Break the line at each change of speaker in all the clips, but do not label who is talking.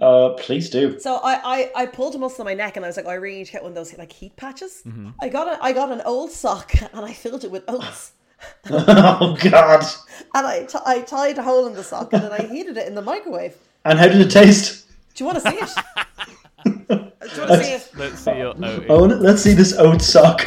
Uh, please do.
So I, I, I pulled a muscle in my neck and I was like, oh, I really need to get one of those like heat patches. I got a, I got an old sock and I filled it with oats.
oh God!
and I, t- I tied a hole in the sock and then I heated it in the microwave.
And how did it taste?
Do you want to see it? Do you want to see it?
Let's see your oat.
Oh, let's see this oat sock.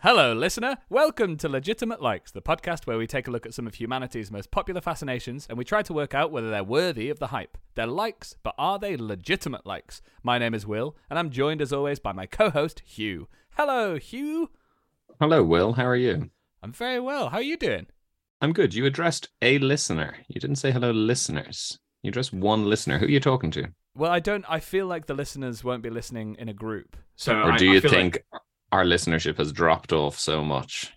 Hello, listener. Welcome to Legitimate Likes, the podcast where we take a look at some of humanity's most popular fascinations and we try to work out whether they're worthy of the hype. They're likes, but are they legitimate likes? My name is Will, and I'm joined as always by my co host, Hugh. Hello, Hugh.
Hello, Will. How are you?
I'm very well. How are you doing?
I'm good. You addressed a listener. You didn't say hello, listeners. You addressed one listener. Who are you talking to?
Well, I don't. I feel like the listeners won't be listening in a group. So,
Or
Uh, I-
do
I
you
feel like
think our listenership has dropped off so much?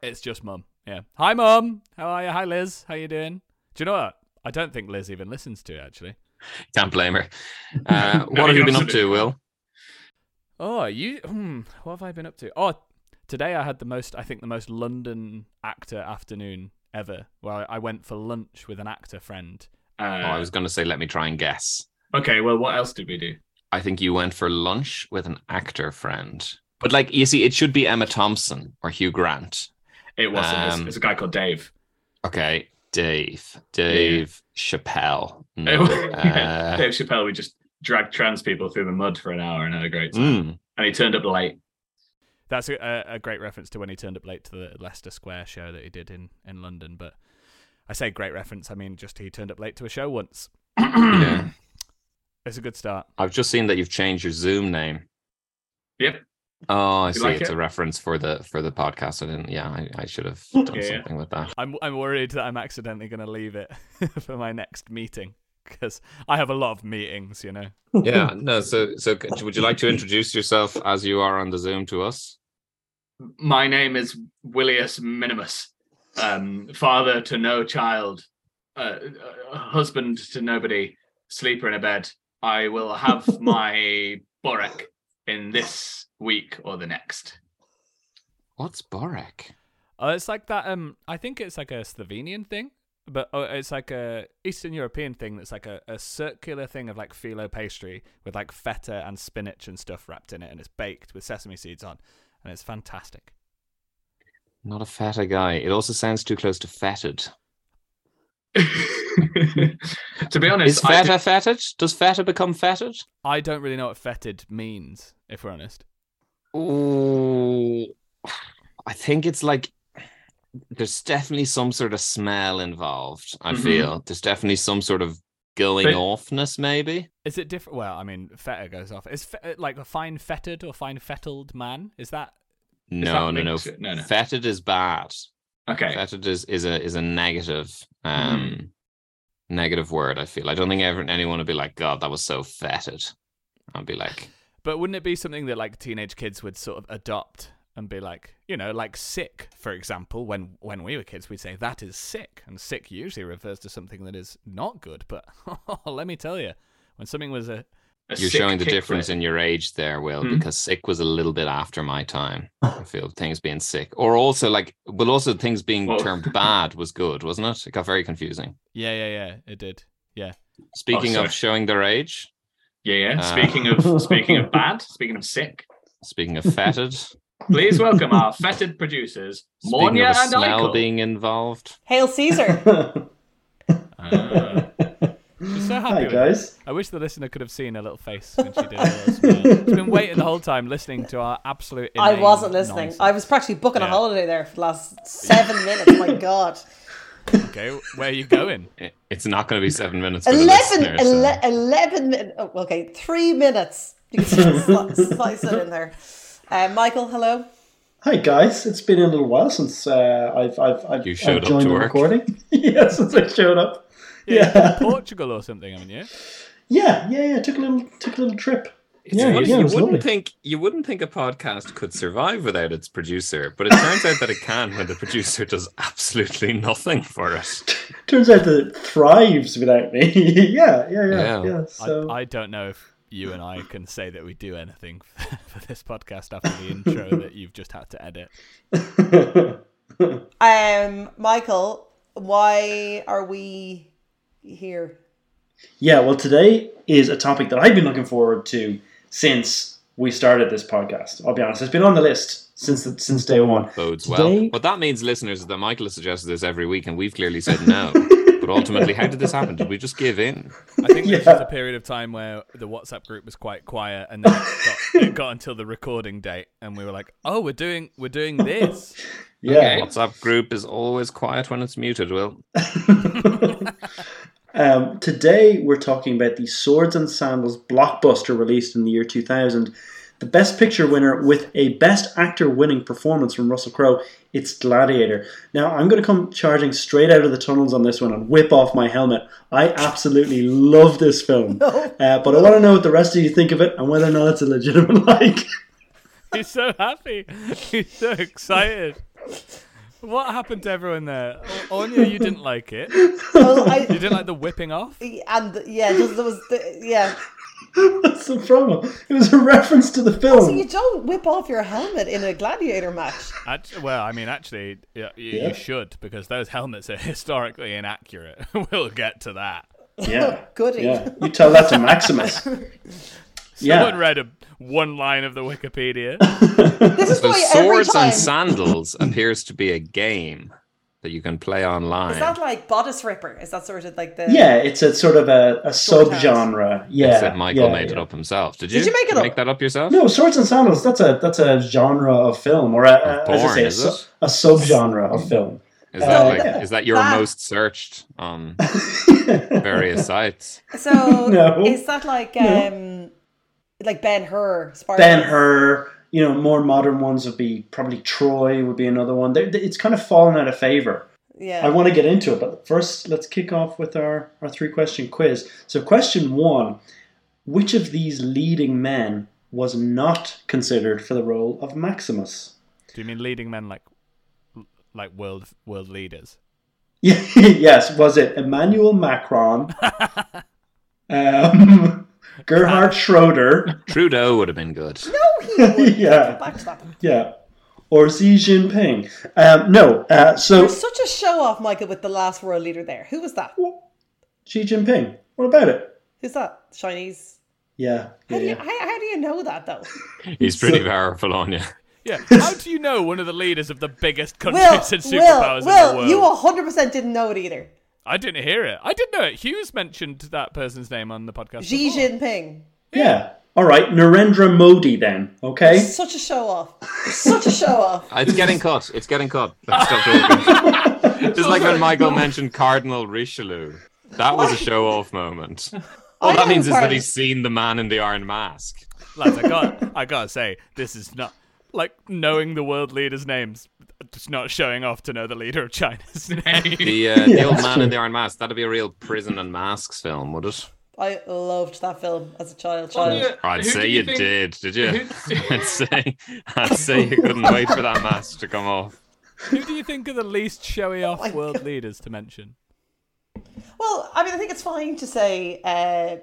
it's just mum? Yeah. Hi, mum. How are you? Hi, Liz. How you doing? Do you know what? I don't think Liz even listens to it, actually.
Can't blame her. Uh, what have
you
you been up
absolutely
to, Will?
Oh, you. Hmm, what have I been up to? Oh, today I had the most. I think the most London actor afternoon ever. Well, I went for lunch with an actor friend.
Uh,
Oh, I was going to say, let me try and guess.
Okay, well, what else did we do?
I think you went for lunch with an actor friend. But, like, you see, it should be Emma Thompson or Hugh Grant.
It wasn't. it's-
Um,
it's a guy called Dave.
Okay. Dave. Dave Chappelle. No.
Yeah,
uh,
Dave Chappelle. We just dragged trans people through the mud for an hour and had a great time.
mm.
And he turned up late.
That's a, a, a great reference to when he turned up late to the Leicester Square show that he did in in London. But I say great reference. I mean, just he turned up late to a show once.
yeah.
It's a good start.
I've just seen that you've changed your Zoom name.
Yep.
Oh, I
You
see.
like
it's
it?
a reference for the for the podcast. I didn't. Yeah, I, I should have done
Yeah, yeah.
something with that.
I'm I'm worried that I'm accidentally going to leave it for my next meeting because I have a lot of meetings. You know.
Yeah. No. So so c- would you like to introduce yourself as you are on the Zoom to us?
My name is Willius Minimus, um, father to no child, uh, uh, husband to nobody, sleeper in a bed. I will have my Borek in this week or the next.
What's Borek?
Oh, it's like that. Um, I think it's like a Slovenian thing, but oh, it's like a Eastern European thing. That's like a, a circular thing of like filo pastry with like feta and spinach and stuff wrapped in it, and it's baked with sesame seeds on, and it's fantastic.
Not a feta guy. It also sounds too close to fetid.
to be honest,
Is
I
feta fetid? Does feta become fetid?
I don't really know what fetid means, if we're honest.
Ooh, I think it's like there's definitely some sort of smell involved. I
Mhm.
feel there's definitely some sort of going
But-
offness, maybe.
Is it different? Well, I mean, feta goes off. Is fe- like a fine fettered or fine fettled man? Is that
No,
that
no, no.
linked to it? No, no.
Fetid is bad.
Okay.
Fetid is, is a is a negative um
Mm-hmm.
negative word. I feel. I don't think ever anyone would be like, God, that was so fetid. I'd be like,
But wouldn't it be something that like teenage kids would sort of adopt and be like, you know, like sick, for example, when when we were kids, we'd say that is sick, and sick usually refers to something that is not good. But let me tell you, when something was a
A
you're
sick
showing the
kick
difference
flip.
in your age there, Will,
Hmm.
because sick was a little bit after my time. I feel things being sick, or also like, but also things being
Well-
termed bad was good, wasn't it? It got very confusing.
yeah, yeah, yeah, it did. Yeah,
Oh, Speaking
sorry.
of showing their age,
Yeah, yeah.
Ah.
Speaking of speaking of bad, speaking of sick,
speaking of fetid,
please welcome our fetid producers,
speaking
Monia
of a
and
smell
Michael.
being involved.
Hail Caesar!
Ah.
she's so happy.
Hi
with it.
guys.
I wish the listener could have seen her little face when she did her little smile. She's been waiting the whole time listening to our absolute.
I
inane
wasn't listening.
nonsense.
I was practically booking
Yeah.
a holiday there for the last seven minutes. My God.
Okay, where are you going?
I- It's not going to be seven minutes. For the
11,
listener, so-
11 minutes. Oh, okay, three minutes. You can sli- slice it in there. Uh, Michael, hello.
Hi guys. It's been a little while since uh, I've I've I've,
You showed
I've
up
joined
to
the
work.
recording. yeah, since I showed up.
Yeah,
Yeah.
you've been to Portugal or something, haven't you?
Yeah, yeah, yeah. Took a little took a little trip.
It's
Yeah,
funny,
yeah,
you
it was
wouldn't
lovely.
think you wouldn't think a podcast could survive without its producer, but it turns out that it can when the producer does absolutely nothing for it.
Turns out that it thrives without me. yeah, yeah,
Yeah.
yeah, yeah. So
I, I don't know if you and I can say that we do anything for this podcast after the intro that you've just had to edit.
Um, Michael, why are we here?
yeah, well, today is a topic that I've been looking forward to since we started this podcast. I'll be honest; it's been on the list since the, since day one.
Bodes well.
Today-
What that means, listeners, is that Michael has suggested this every week, and we've clearly said no. but ultimately, how did this happen? Did we just give in?
I think this
Yeah.
was a period of time where the WhatsApp group was quite quiet, and then it got, it got until the recording date, and we were like, "Oh, we're doing, we're doing this."
Yeah.
WhatsApp group is always quiet when it's muted. Will
Um, today we're talking about the Swords and Sandals blockbuster released in the year 2000. The Best Picture winner with a Best Actor winning performance from Russell Crowe, it's Gladiator. Now I'm going to come charging straight out of the tunnels on this one and whip off my helmet. I absolutely love this film, uh, but I want to know what the rest of you think of it and whether or not it's a legitimate like.
He's so happy. He's so excited. What happened to everyone there? O- Anya, you didn't like it. You
Well, I,
didn't like the whipping off.
and yeah, just, there was the, yeah.
That's the problem. It was a reference to the film.
So you don't whip off your helmet in a gladiator match.
Act- well, I mean, actually, yeah, you,
Yeah.
you should because those helmets are historically inaccurate. we'll get to that.
yeah,
Goody.
yeah. You tell that to Maximus.
Someone
yeah.
read a, one line of the Wikipedia.
This is
so
why every
swords
time.
and sandals appears to be a game that you can play online.
is that like bodice ripper? Is that sort of like the?
Yeah, it's a sort of a, a
Short house.
subgenre. Yeah,
Except Michael
yeah,
made it
yeah.
up himself. Did you?
Did you make it
Make
up?
that up yourself?
No, swords and sandals. That's a that's a genre of film, or a,
Of
a- as I
porn,
say, a,
is
su-
it?
a subgenre of film.
Is that
Uh,
like
yeah.
is that your
That-
most searched on various sites?
So
No.
is that like um like Ben Hur?
Ben Hur. You know, more modern ones would be probably Troy would be another one. They're, they- it's kind of fallen out of favor.
Yeah.
I want to get into it, but first let's kick off with our our three question quiz. So, question one: Which of these leading men was not considered for the role of Maximus?
Do you mean leading men like like world world leaders?
yes, was it Emmanuel Macron, um, Gerhard Schroeder,
Trudeau would have been good.
yeah,
Back to that.
yeah, or Xi Jinping? Um, no, uh, so
You're such a show off, Michael, with the last world leader there. Who was that?
Xi Jinping. What about it?
Who's that? Chinese.
Yeah,
How
yeah,
do you
yeah.
how, how do you know that though?
He's pretty powerful on you.
Yeah. How do you know one of the leaders of the biggest countries
Will,
and
Will,
superpowers in the
Will,
world?
you 100 percent didn't know it either.
I didn't hear it. I didn't know it. Hughes mentioned that person's name on the podcast.
Xi
Oh.
before.
Jinping.
yeah. All right, Narendra Modi then. Okay.
Such a show off. Such a show off.
It's getting cut. It's getting cut. Stop talking. It's like when Michael mentioned Cardinal Richelieu. That was a show off moment. All
I
that
am
means is
part-
that he's seen the man in the iron mask.
Lads, I got I gotta say, this is not like knowing the world leaders' names. It's not showing off to know the leader of China's name.
The uh, the
Yeah,
old
that's
man
true.
in the iron mask. That'd be a real prison and masks film, would it?
I loved that film as a
Oh,
child.
What do
Child.
you-
I'd
who do
say you,
think-
did, did you?
who-
I'd say I'd say you couldn't wait for that mask to come off.
Who do you think are the least showy
Oh
off world leaders to mention?
Well, I mean, I think it's fine to say uh,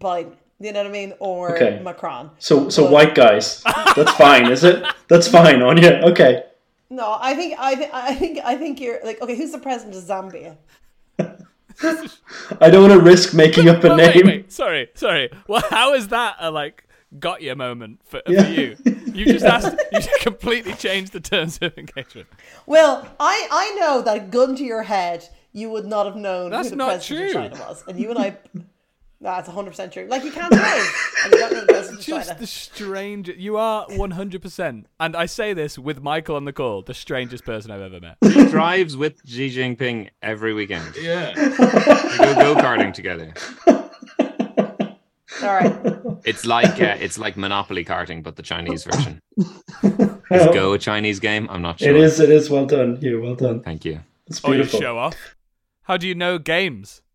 Biden. You know what I mean, or
Okay.
Macron.
So, so
But-
white guys. That's fine, is it? That's fine, on you. Okay.
No, I think I, th- I think I think you're like okay. Who's the president of Zambia?
I don't want to risk making up a
Well,
name.
Wait, wait, sorry, sorry. Well, how is that a like got you moment for,
Yeah.
for you? You just asked. You just completely changed the terms of engagement.
Well, I I know that gun to your head, you would not have known
That's
who the
not
president
true.
of China was, and you and I. That's one hundred percent true. Like you can't say, and you don't know the president of
Just
China.
the strange. You are one hundred percent, and I say this with Michael on the call, the strangest person I've ever met.
He drives with Xi Jinping every weekend. They
Yeah.
go go karting together.
All right,
It's like uh, it's like Monopoly karting, but the Chinese version. Is Go a Chinese game? I'm not sure.
It is. It is well done. Hugh. well done.
Thank you.
It's
Oh, you
beautiful.
show off. How do you know games?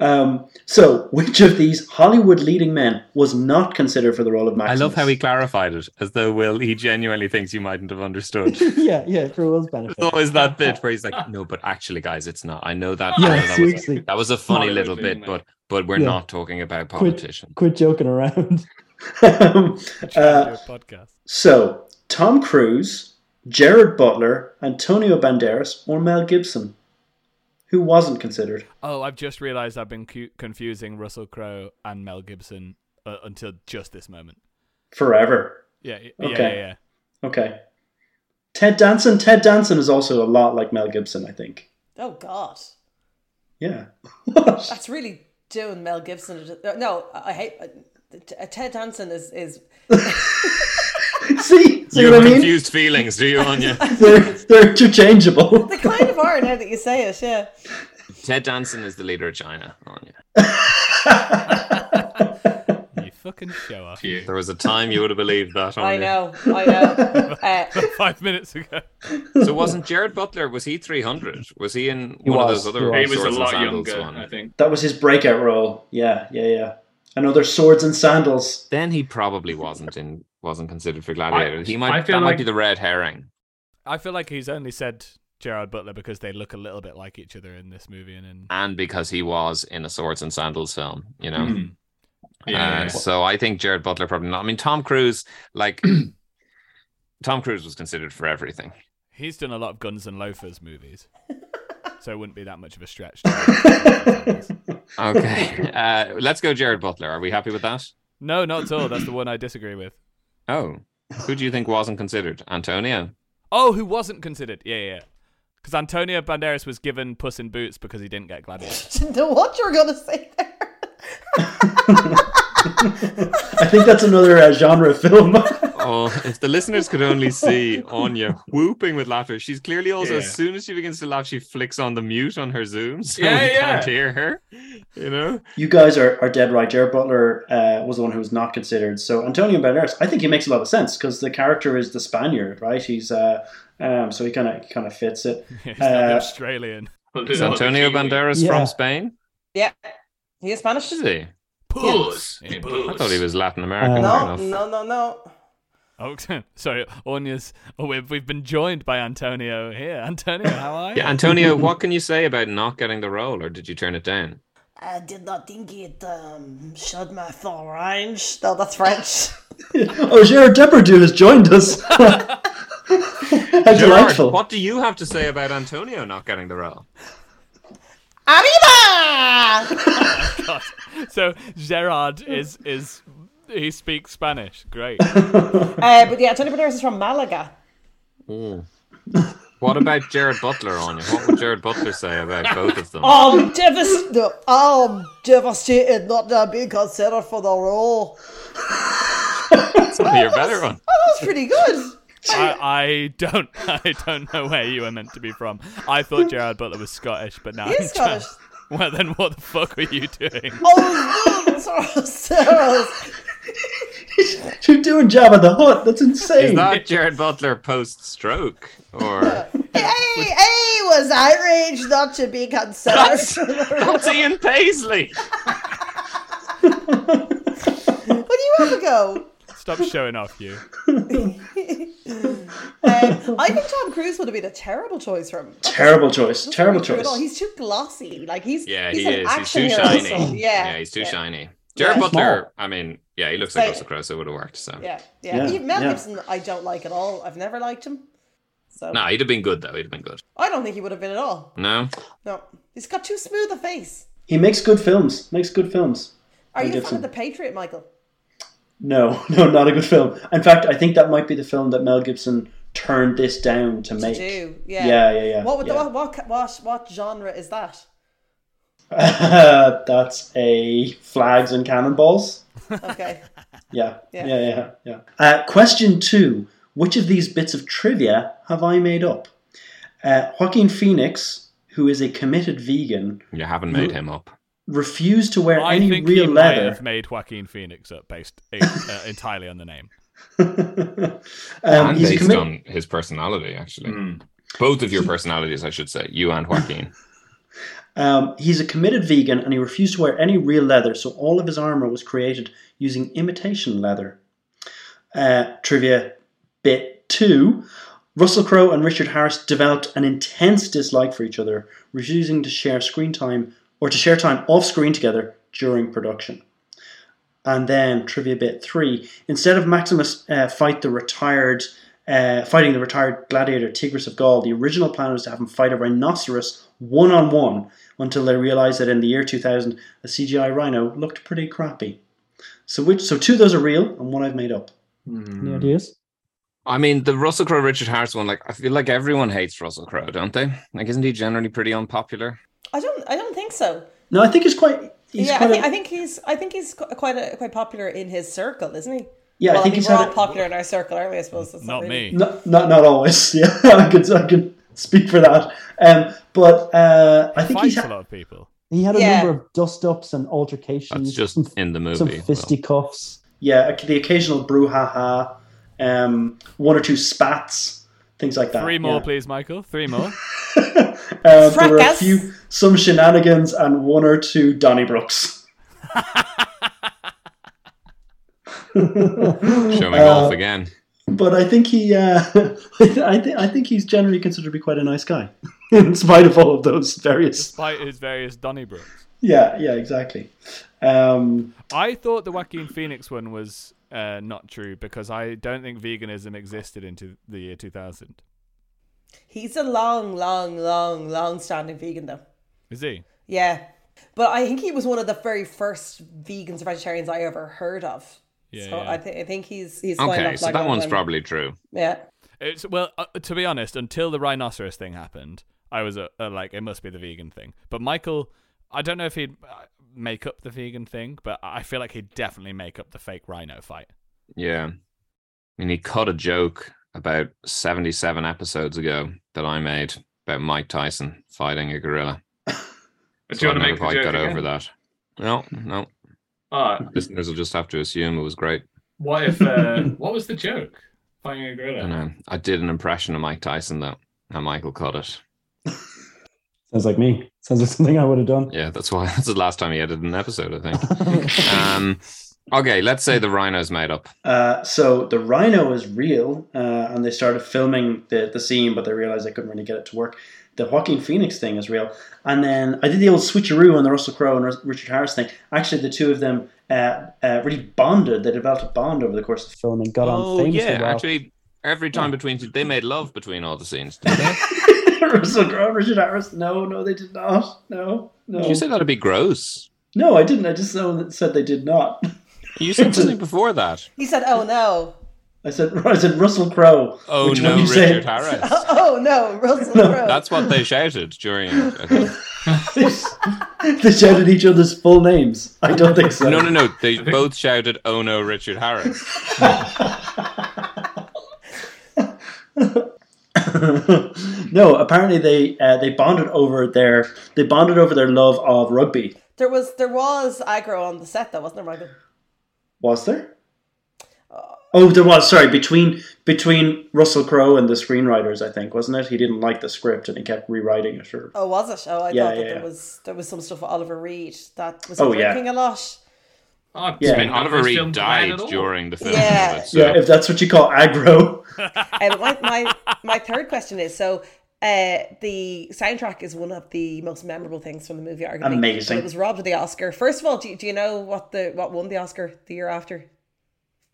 um, so, which of these Hollywood leading men was not considered for the role of
I
Maximus?
love how he clarified it, as though Will he genuinely thinks you mightn't have understood.
yeah, yeah, for Will's benefit.
There's always that bit where he's like, "No, but actually, guys, it's not. I know that. I
Yeah,
know that, was
seriously.
a, that was a funny
Hollywood
little
thing,
bit,
man.
but but we're
Yeah.
not talking about
Quit,
politicians."
quit joking around.
Trying to
Uh,
do a podcast.
so, Tom Cruise, Jared Butler, Antonio Banderas, or Mel Gibson, who wasn't considered.
Oh, I've just realised I've been cu- confusing Russell Crowe and Mel Gibson uh, until just this moment.
Forever.
Yeah, y- yeah,
Okay.
yeah, yeah.
Okay. Ted Danson. Ted Danson is also a lot like Mel Gibson, I think.
oh god,
Yeah.
that's really doing Mel Gibson. a- No, I hate uh, Ted Danson is is
see, see
You
what
have
I mean?
confused feelings, do you, Anya?
They're, they're interchangeable.
they kind of are now that you say it. Yeah,
Ted Danson is the leader of China, Anya.
You fucking show off.
You.
There was a time you would have believed that, Anya.
I know, I know. Uh,
Five minutes ago.
So wasn't Jared Butler? Was he three hundred? Was he in
He
one of
was,
those other?
he
He was a
Swords and
lot
Sandals
younger,
one?
I think.
That was his breakout role. Yeah, yeah, yeah. Another swords and sandals.
Then he probably wasn't in. Wasn't considered for Gladiator.
I-
he
I
might. That
feel
might
like-
be the red herring.
I feel like he's only said Gerard Butler because they look a little bit like each other in this movie and in.
and because he was in a swords and sandals film, you know.
Mhm. Yeah.
Uh, so I think Jared Butler probably not. I mean, Tom Cruise, like Tom Cruise was considered for everything.
He's done a lot of Guns and Loafers movies, so it wouldn't be that much of a stretch. to-
Okay, uh, let's go, Jared Butler. Are we happy with that?
no, not at all. That's the one I disagree with.
Oh, who do you think wasn't considered? Antonio.
Oh, who wasn't considered? Yeah, yeah. Because Antonio Banderas was given Puss in Boots because he didn't get Gladiator.
didn't know what you were gonna say there.
I think that's another uh, genre film.
Oh, if the listeners could only see Anya whooping with laughter. She's clearly also,
Yeah.
as soon as she begins to laugh, she flicks on the mute on her Zoom, so
Yeah,
we
yeah.
can't hear her. You know.
you guys are, are dead right. Jared Butler uh, was the one who was not considered. So Antonio Banderas, I think he makes a lot of sense because the character is the Spaniard, right? He's uh, um, so he kind of kind of fits it.
He's not the
Uh,
Australian.
Well, there's
Is
a lot of
Antonio
Kiwi.
Banderas
Yeah.
from Spain?
Yeah, he is Spanish.
Is he?
Puss in
I thought he
Boots.
was Latin American.
Uh,
fair
No,
enough.
no, no, no.
Oh, sorry, Anya's. Oh, we've, we've been joined by Antonio here. Antonio, how are you?
Yeah, Antonio, what can you say about not getting the role, or did you turn it down?
I did not think it um, showed my full range. No, that's French.
Oh, Gerard Depardieu has joined us. How
Gerard,
delightful!
what do you have to say about Antonio not getting the role?
Arriba!
So Gerard is is he speaks Spanish. Great.
uh, but yeah, Tony Banderas is from Malaga.
What about Jared Butler, Anya? What would Jared Butler say about both of them?
I'm, Um, devas- no, I'm devastated not to be considered for the role.
That's probably your better one.
Oh, that was pretty good.
I, I don't I don't know where you were meant to be from. I thought Gerard Butler was Scottish, but now
He is Scottish.
Well then what the fuck are you doing?
Oh, no, Soros.
You're doing Jabba the Hutt. That's insane.
Is that Jared Butler post stroke? Or
Hey, hey, was outraged not to be considered.
That's- that's Ian Paisley.
what do you have a go?
Stop showing off you.
Um, I think Tom Cruise would have been a terrible choice for him.
terrible choice.
That's
Terrible
not true at
choice.
all. He's too glossy. Like he's
Yeah,
he's
he
an
is. He's
action
too
hero,
shiny.
so- yeah,
Yeah, he's too shiny.
Yeah.
Jared Butler,
Small.
I mean, yeah, he looks like
Same.
Russell Crowe, so it would have worked. So
Yeah, yeah.
Yeah,
Even Mel
yeah.
Gibson, I don't like at all. I've never liked him. So
no, he'd have been good though. He'd have been good.
I don't think he would have been at all.
No,
No, he's got too smooth a face.
He makes good films. Makes good films.
Are you a fan
Gibson.
of The Patriot, Michael?
No, no, not a good film. In fact, I think that might be the film that Mel Gibson turned this down to
To
make.
do, yeah,
Yeah, yeah, yeah,
What would the-
yeah.
what, what what what genre is that?
That's a flags and cannonballs.
Okay,
Yeah,
Yeah.
yeah, yeah, yeah. Uh, question two: Which of these bits of trivia have I made up? Uh, Joaquin Phoenix, who is a committed vegan,
you haven't made him up.
refused to wear
I
any
think
real
he
leather.
might have made Joaquin Phoenix up based uh, entirely on the name.
um,
and
he's a
based
commi-
on his personality, actually. Both of your personalities, I should say, you and Joaquin.
Um, he's a committed vegan and he refused to wear any real leather, so all of his armor was created using imitation leather. Uh, trivia bit two Russell Crowe and Richard Harris developed an intense dislike for each other, refusing to share screen time or to share time off screen together during production. And then trivia bit three: instead of Maximus uh, fight the retired, uh, fighting the retired gladiator Tigris of Gaul, the original plan was to have him fight a rhinoceros one on one until they realized that in the year 2000, a CGI rhino looked pretty crappy. So which, so two of those are real, and one I've made up.
Any ideas?
I mean, the Russell Crowe Richard Harris one, like I feel like everyone hates Russell Crowe, don't they? Like, isn't he generally pretty unpopular?
I don't I don't think so.
No, I think it's quite. He's
yeah, I
quite
think,
a-
I think he's I think he's qu- quite a, quite popular in his circle, isn't he?
Yeah, I
well, I
think
mean,
he's
we're
had
all
a-
popular in our circle, aren't we? I suppose that's
Not
really-
me.
No, not not always. Yeah, I could I could speak for that. Um, but uh, I think he's
Fights a
ha-
lot of people.
He had a
Yeah.
number of dust ups and altercations.
That's just
some,
in the movie.
some
Will.
fisticuffs.
yeah the occasional brouhaha, um, one or two spats, things like that.
Three more,
yeah.
please, Michael. Three more.
Uh, there were a
Fracas.
few some shenanigans and one or two Donnybrooks.
Showing
Uh,
off again.
But I think he, uh, I, th- I think I think he's generally considered to be quite a nice guy, in spite of all of those various.
Despite his various Donnybrooks.
Yeah, yeah, exactly. Um,
I thought the Joaquin Phoenix one was uh, not true because I don't think veganism existed into the year 2000.
He's a long, long, long, long-standing vegan, though.
Is he?
Yeah, but I think he was one of the very first vegans or vegetarians I ever heard of.
Yeah,
so
yeah.
I, th- I think he's he's signed
Okay,
up
so
like
that
one
one's
of them.
probably true.
yeah.
It's well, uh, to be honest, until the rhinoceros thing happened, I was uh, uh, like, it must be the vegan thing. But Michael, I don't know if he'd uh, make up the vegan thing, but I feel like he'd definitely make up the fake rhino fight.
Yeah. I mean, he cut a joke about 77 episodes ago that I made about Mike Tyson fighting a gorilla.
Do you
So I
want to
never
make the
quite
joke
got
again?
over that. No, no.
Oh,
Listeners will just have to assume it was great.
what if? Uh, what was the joke? Fighting a gorilla.
I know. I did an impression of Mike Tyson, though, and Michael cut it.
Sounds like me. Sounds like something I would have done.
Yeah, that's why. That's the last time he edited an episode, I think. um, okay, let's say the rhino's made up.
uh, so the rhino is real, uh, and they started filming the, the scene, but they realized they couldn't really get it to work. The Joaquin Phoenix thing is real, and then I did the old switcheroo on the Russell Crowe and Ru- Richard Harris thing. Actually, the two of them uh, uh, really bonded. They developed a bond over the course of
Film and got on famously well.
Oh, actually, every time between they made love between all the scenes. Did they?
Russell Crowe, and Richard Harris. No, no, they did not. No, no.
Did you say that'd be gross?
No, I didn't. I just said said they did not.
You said something before that.
He said, "Oh no,
I said I said Russell Crowe.
Oh
which
no,
one you
Richard
say-
Harris.
oh no, Russell Crowe."
That's what they shouted during. it, I think.
they shouted each other's full names. I don't think so.
No, no, no. They both shouted, "Oh no, Richard Harris."
no, apparently they uh, they bonded over their they bonded over their love of rugby.
There was there was aggro on the set though, wasn't there, Michael?
Was there?
Uh,
Oh, there was. Sorry, between between Russell Crowe and the screenwriters, I think wasn't it? He didn't like the script and he kept rewriting it. Or
Oh, was it? Oh, I
Yeah,
thought that
yeah, yeah.
there was there was some stuff with Oliver Reed that was
Oh, yeah.
drinking a lot.
I've
Yeah.
been
And Oliver
this film
Reed
plan at
died
all.
during the film.
Yeah.
of it, so-
yeah, if that's what you call aggro.
um, my, my my third question is so uh, the soundtrack is one of the most memorable things from the movie. Arguably,
Amazing.
And It was robbed of the Oscar. First of all, do you, do you know what the what won the Oscar the year after?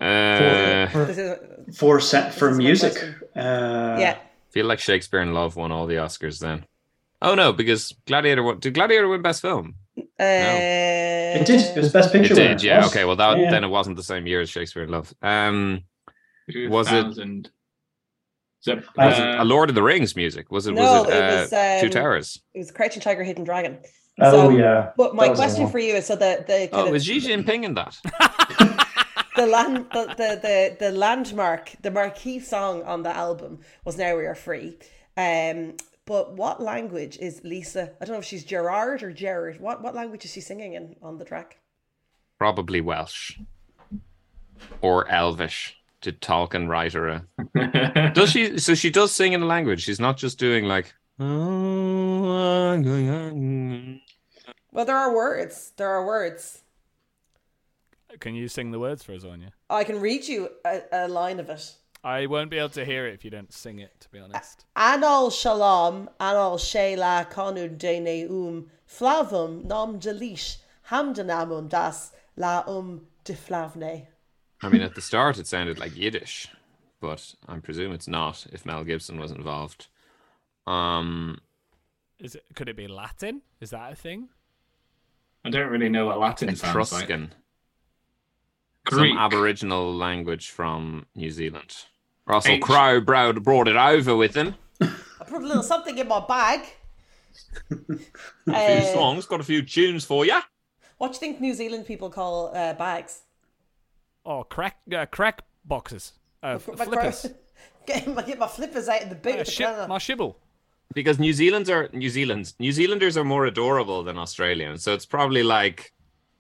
Uh,
For-
This is,
for set for
is my
music.
question.
Uh,
yeah,
feel like Shakespeare in Love won all the Oscars then. Oh no, because Gladiator won. Did Gladiator win Best Film?
uh,
it did. It was best picture.
it
winner,
did. Yeah.
was.
Okay. Well, that
Yeah.
then it wasn't the same year as Shakespeare in Love. Um, Was it-
2000. So,
was
uh,
it a Lord of the Rings music? Was it?
No,
was it, uh,
it was, um,
Two Towers?
It was Crouching Tiger, Hidden Dragon.
Oh
So-
yeah.
But my
That was
question
awful.
for you is so the the,
Oh,
kind
it
of-
was Xi Jinping in that?
the land the, the, the, the landmark the marquee song on the album was now we are free um but what language is lisa i don't know if she's gerard or gerard what what language is she singing in on the track
Probably Welsh or Elvish. Did Tolkien write her a Does she? So she does sing in a language. She's not just doing like.
well there are words there are words
Can you sing the words for us, Anya?
i can read you a, a line of it
I won't be able to hear it if you don't sing it, to be honest.
Anol shalom, anol shela konu deneum, um, flavum nom delish, hamdenamun das um, laum de flavne.
I mean, at the start it sounded like Yiddish, but I presume it's not if Mel Gibson was involved. Um,
Is it? Could it be Latin? Is that a thing?
I don't really know what Latin sounds like.
Etruscan,
Greek.
some Aboriginal language from New Zealand. Russell
Ancient.
Crowe bro- brought it over with him.
I put a little something in my bag.
A few
Uh,
songs, got a few tunes for you.
What do you think New Zealand people call uh, bags?
Oh, crack, uh, crack boxes, uh, f-
My
flippers,
cro- get, my, get my flippers out in the boot.
uh,
of the
shi-
car.
my shibble.
Because New Zealanders are New Zealanders, New Zealanders are more adorable than Australians, so it's probably like.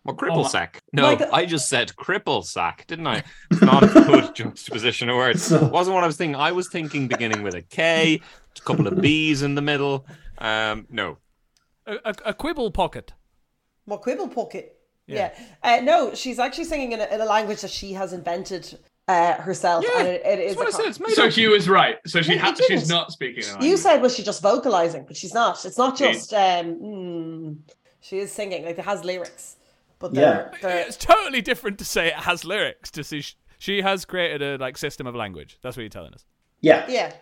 Well, cripple
Oh,
sack. No,
Michael-
I just said cripple sack, didn't I? It's not a good juxtaposition of words. It wasn't what I was thinking. I was thinking beginning with a K, a couple of B's in the middle. Um, no,
A, a, a quibble pocket.
my quibble pocket.
Yeah.
Yeah. Uh, no, she's actually singing in a, in a language that she has invented uh, herself.
Yeah,
and it, it is
that's what
a
I
con-
said. It's made
So
up.
Hugh is right. So she
No,
ha-
you didn't.
she's not speaking. a
You
language.
said was she just vocalizing, but she's not. It's not
She-
just um, mm, she is singing. Like it has lyrics, but
Yeah.
they're, they're
It's totally different to say it has lyrics. To see, sh- she has created a like system of language. That's what you're telling us.
Yeah.
yeah.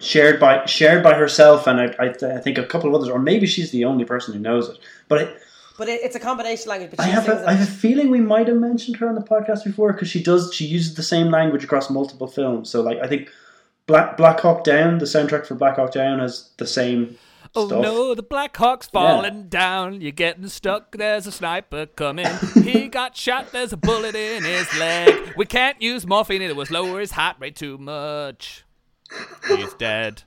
Shared by shared by herself and I, I, I think a couple of others, or maybe she's the only person who knows it. But I,
But it, it's a combination language. But
I
she
have
sings
a,
it.
I have a feeling we might have mentioned her on the podcast before because she does she uses the same language across multiple films. So like I think Black Black Hawk Down, the soundtrack for Black Hawk Down has the same
Oh
stuff.
no, the Black Hawk's falling down. You're getting stuck. There's a sniper coming. he got shot. There's a bullet in his leg. We can't use morphine. It was lower his heart rate too much. He's dead.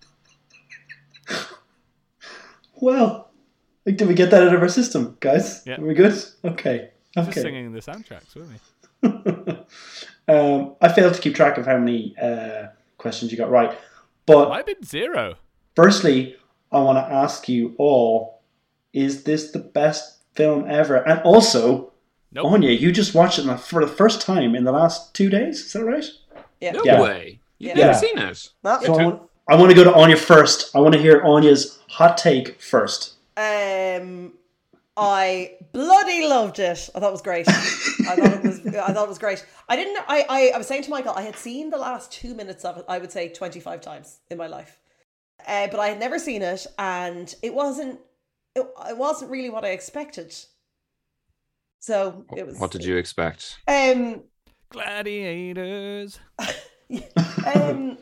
Well, like, did we get that out of our system, guys?
Yeah.
Are we good? Okay.
Just
Okay.
singing the soundtracks, weren't we?
Um, I failed to keep track of how many uh, questions you got right, but
Might have been zero.
Firstly, I want to ask you all: Is this the best film ever? And also,
Nope.
Anya, you just watched it for the first time in the last two days. Is that right?
yeah.
No
Yeah.
way. You've
Yeah.
never seen it.
Not-
So I want,
I want to go to Anya first. I want to hear Anya's hot take first.
Um, I bloody loved it. I thought it was great. I thought it was. I thought it was great. I didn't. I, I. I was saying to Michael, I had seen the last two minutes of it. I would say twenty five times in my life, uh, but I had never seen it, and it wasn't. It, it wasn't really what I expected. So it was.
What did you expect?
Um.
Gladiators.
um,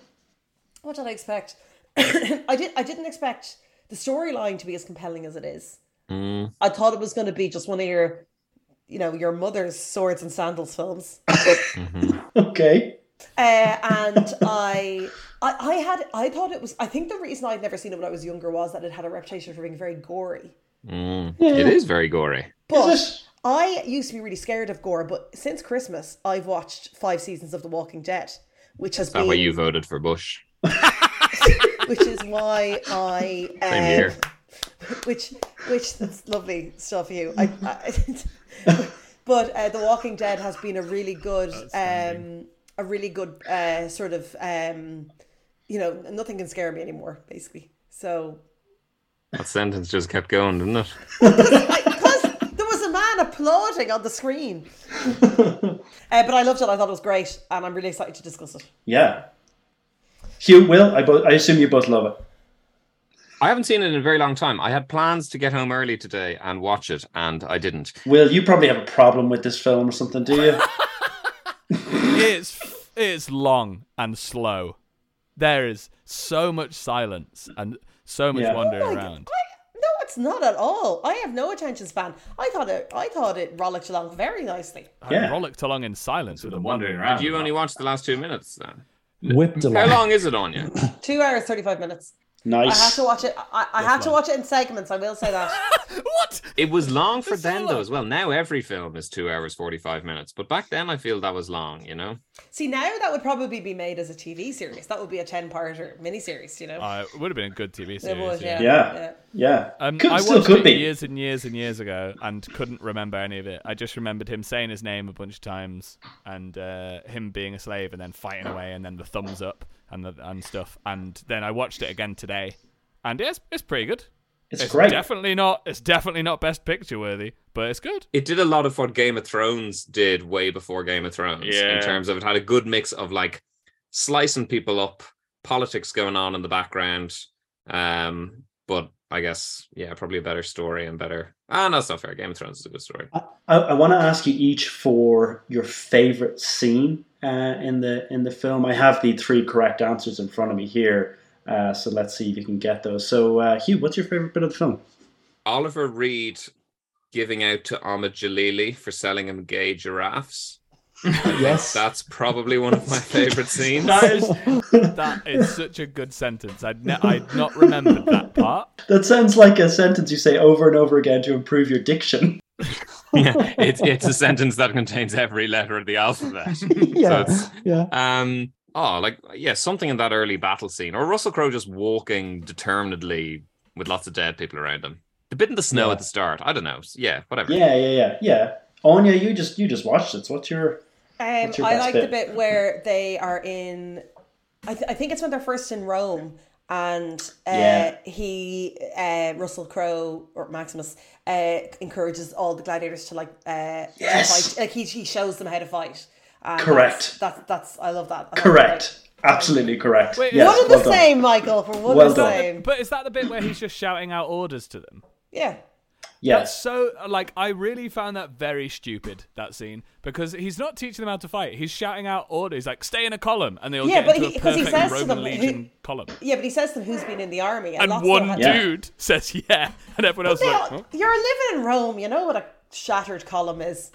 what did I expect? I did. I didn't expect the storyline to be as compelling as it is.
Mm.
I thought it was going to be just one of your, you know, your mother's swords and sandals films.
Okay.
Uh, and I, I, I had I thought it was I think the reason I'd never seen it when I was younger was that it had a reputation for being very gory.
Mm,
Yeah.
It is very gory.
But
Is it?
I used to be really scared of gore, but since Christmas I've watched five seasons of The Walking Dead, which has
Is that
been
why you voted for Bush?
which is why I
Same
um,
here.
Which which that's lovely stuff, you. I, I, but uh, The Walking Dead has been a really good, um, a really good uh, sort of, um, you know, nothing can scare me anymore, basically. So
That sentence just kept going, didn't it?
because there was a man applauding on the screen. uh, but I loved it. I thought it was great, and I'm really excited to discuss it.
Yeah. Hugh, Will, I, bo- I assume you both love it.
I haven't seen it in a very long time. I had plans to get home early today and watch it, and I didn't.
Will, you probably have a problem with this film or something, do you?
it's it's long and slow. There is so much silence and so much
Yeah.
wandering
Like,
around.
I- no, it's not at all. I have no attention span. I thought it. I thought it rollicked along very nicely.
Yeah.
I rollicked along in silence with a
wandering
wandering.
around.
You only watched the last two minutes then.
Whipped along.
How long is it, Anya?
Two hours thirty five minutes. I had
nice.
to watch it. I, I had to watch it in segments. I will say that.
What?
It was long for then,
long.
though, as well. Now every film is two hours, 45 minutes. But back then, I feel that was long, you know?
See, now that would probably be made as a TV series. That would be a ten part or miniseries. You know,
Uh, it would have been a good TV
it
series.
was.
yeah.
Yeah.
Ah, Yeah. Yeah.
Um,
could,
I
still
watched
could
it
be.
years and years and years ago and couldn't remember any of it. I just remembered him saying his name a bunch of times and uh, him being a slave and then fighting away and then the thumbs up and the, and stuff. And then I watched it again today, and it's it's pretty good.
It's, great.
Definitely not. It's definitely not best picture worthy, but it's good.
It did a lot of what Game of Thrones did way before Game of Thrones
Yeah.
in terms of it had a good mix of like slicing people up, politics going on in the background. Um, but I guess, yeah, probably a better story and better. Ah, no, that's not fair. Game of Thrones is a good story.
I, I want to ask you each for your favorite scene uh, in the in the film. I have the three correct answers in front of me here, uh, so let's see if you can get those. So, uh, Hugh, what's your favorite bit of the film?
Oliver Reed giving out to Ahmed Jalili for selling him gay giraffes.
Yes.
That's probably one of my favorite scenes.
That is that is such a good sentence. I'd ne- I'd not remembered that part.
That sounds like a sentence you say over and over again to improve your diction.
yeah, it's it's a sentence that contains every letter of the alphabet.
yeah.
it's-
yeah.
Um oh like yeah, something in that early battle scene. Or Russell Crowe just walking determinedly with lots of dead people around him. The bit in the snow
Yeah.
at the start. I don't know. Yeah, whatever.
Yeah, yeah, yeah, yeah. Anya, you just you just watched it. So what's your
Um,
What's your
I
best
like the
bit?
bit where they are in. I, th- I think it's when they're first in Rome, and uh,
Yeah.
he, uh, Russell Crowe or Maximus, uh, encourages all the gladiators to like uh, to
Yes!
fight. Like he, he shows them how to fight. And
Correct.
That's, that's that's I love that. I thought it was
correct? Absolutely correct.
Wait,
yes,
great. One
well
and the
done.
same, Michael. For one
Well
and the
done.
same.
But is that the bit where he's just shouting out orders to them?
Yeah.
Yes.
So, like, I really found that very stupid that scene because he's not teaching them how to fight. He's shouting out orders like "Stay in a column," and they'll
Yeah,
get
but
into
he-
a
'cause he
perfect
says to
Roman
them,
legion
he-
column.
Yeah, but he says to them who's been in the army, and,
And
lots
one
of them had-
Yeah.
dude says "Yeah," and everyone else is
They
like,
all-
"Huh?"
You're living in Rome. You know what a shattered column is.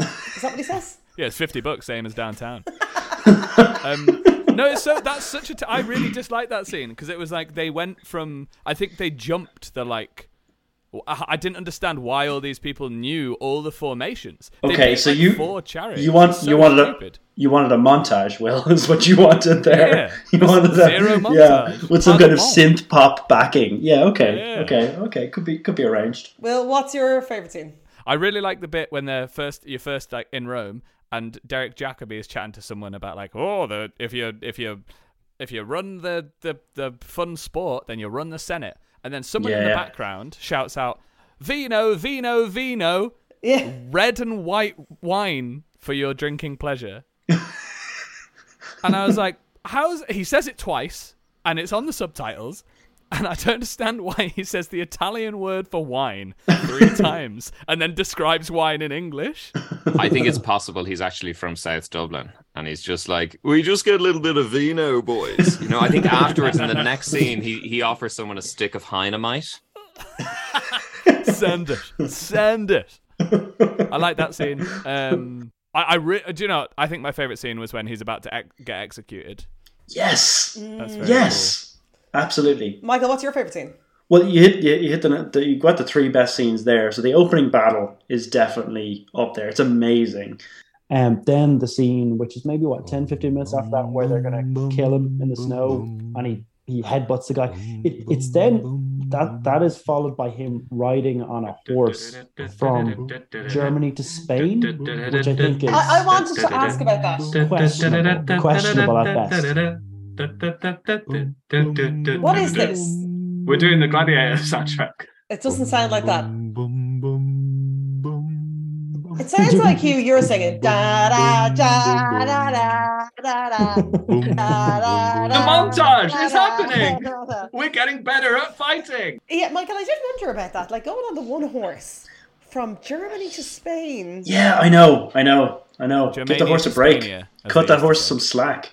Is that what he says?
"Yeah, it's fifty bucks, same as downtown." um, no, it's so that's such a. T- I really disliked that scene because it was like they went from. I think they jumped the like. I I didn't understand why all these people knew all the formations. They
Okay,
made,
so
like,
you
four chariots.
you want
It's so
you wanted
stupid.
a you wanted a montage. Will is what you wanted there.
Yeah.
you wanted
Zero
a, yeah,
montage.
with some
Not
kind
at
of
all.
synth pop backing. Yeah, okay,
Yeah.
okay, okay. Could be could be arranged.
Well, what's your favorite scene?
I really like the bit when they're first you're first like in Rome and Derek Jacobi is chatting to someone about like, oh, the if you if you if you run the the, the fun sport, then you run the Senate. And then someone in the
Yeah.
background shouts out, Vino, Vino, Vino,
Yeah.
red and white wine for your drinking pleasure. and I was like, how's he says it twice and it's on the subtitles. And I don't understand why he says the Italian word for wine three times and then describes wine in English.
I think it's possible he's actually from South Dublin and he's just like, we just get a little bit of vino, boys. You know, I think afterwards in the next scene, he, he offers someone a stick of Heinemite.
Send it. Send it. I like that scene. Um, I, I re- do you know? I think my favorite scene was when he's about to ex- get executed,
Yes.
That's very
Yes. Absolutely.
Michael, what's your favorite scene?
Well, you hit you, you hit the, the you got the three best scenes there. So the opening battle is definitely up there. It's amazing.
And then the scene, which is maybe what 10, 15 minutes after that, where they're gonna kill him in the snow, and he he headbutts the guy. It, it's then
Mm-hmm.
that that is followed by him riding on a horse from Germany to Spain, which I think is
I, I wanted to ask about that.
questionable, questionable at best.
What is this?
We're doing the Gladiator soundtrack.
It doesn't sound like that. It sounds like you. You're singing da da da da da da da.
The montage is happening. We're getting better at fighting.
Yeah, Michael, I did wonder about that. Like going on the one horse from Germany to Spain.
Yeah, I know. I know. I know. Give the
Germania
horse a
to
break.
Spania, as
Cut
they
that
used to
horse
say.
some slack.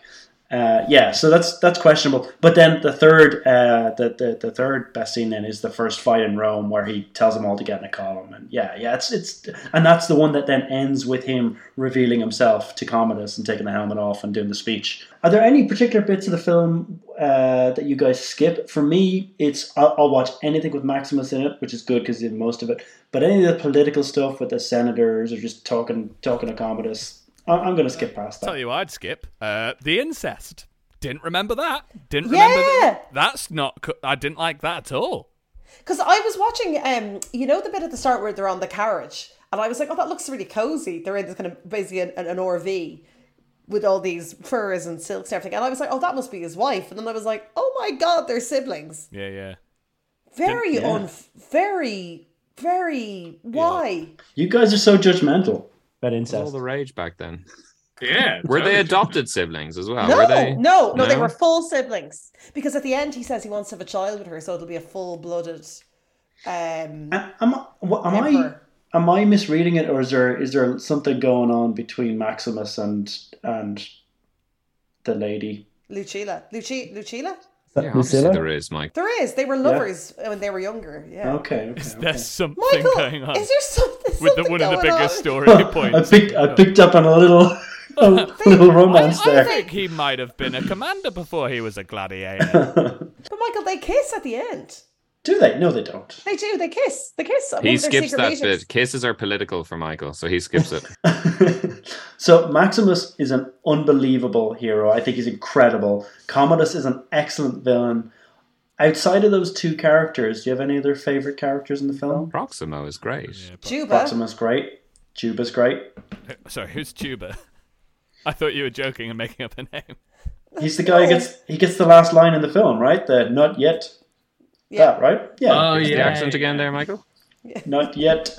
Uh, yeah, so that's that's questionable. But then the third, uh, the, the the third best scene then is the first fight in Rome where he tells them all to get in a column, and yeah, yeah, it's it's and that's the one that then ends with him revealing himself to Commodus and taking the helmet off and doing the speech. Are there any particular bits of the film uh, that you guys skip? For me, it's I'll, I'll watch anything with Maximus in it, which is good because in most of it. But any of the political stuff with the senators or just talking talking to Commodus, I- I'm going to skip past that.
Tell you, I'd skip uh, the incest. Didn't remember that. Didn't
Yeah.
remember that. That's not. co- I didn't like that at all.
Because I was watching, um, you know, the bit at the start where they're on the carriage, and I was like, oh, that looks really cozy. They're in this kind of basically an, an RV with all these furs and silks and everything. And I was like, oh, that must be his wife. And then I was like, oh my god, they're siblings.
Yeah, yeah.
Very
Yeah.
un, very, very. Why?
You guys are so judgmental.
But
all
incest.
the rage back then.
Yeah.
Were they
totally.
adopted siblings as well?
No,
Were they?
no, no, they
No?
were full siblings. Because at the end, he says he wants to have a child with her, so it'll be a full blooded. Um,
Am, am, I- what- am I
Emperor.
am I misreading it, or is there is there something going on between Maximus and and the lady?
Lucilla. Luci- Lucilla?
Is that
Yeah, obviously
Lucilla?
there is, Mike.
There is. They were lovers when they were younger. Yeah.
Okay, okay, okay.
There's something
Michael,
going on
is there something
with the
something
one of the
going
biggest
on?
story
I
points.
picked I picked up on a little a little romance
I
there.
think he might have been a commander before he was a gladiator.
But Michael, they kiss at the end.
Do they? No, they don't.
They do. They kiss. They kiss. at one
He
of their
skips
secret
that
meetings.
bit. Kisses are political for Michael, so he skips it.
so Maximus is an unbelievable hero. I think he's incredible. Commodus is an excellent villain. Outside of those two characters, do you have any other favorite characters in the film?
Proximo is great.
Juba.
Proxima's great. Juba's great.
Sorry, who's Tuba? I thought you were joking and making up a name.
He's the guy who gets he gets the last line in the film, right? The not yet.
Yeah.
That, right? Yeah.
Oh
What's the
yeah.
accent again there, Michael?
not yet.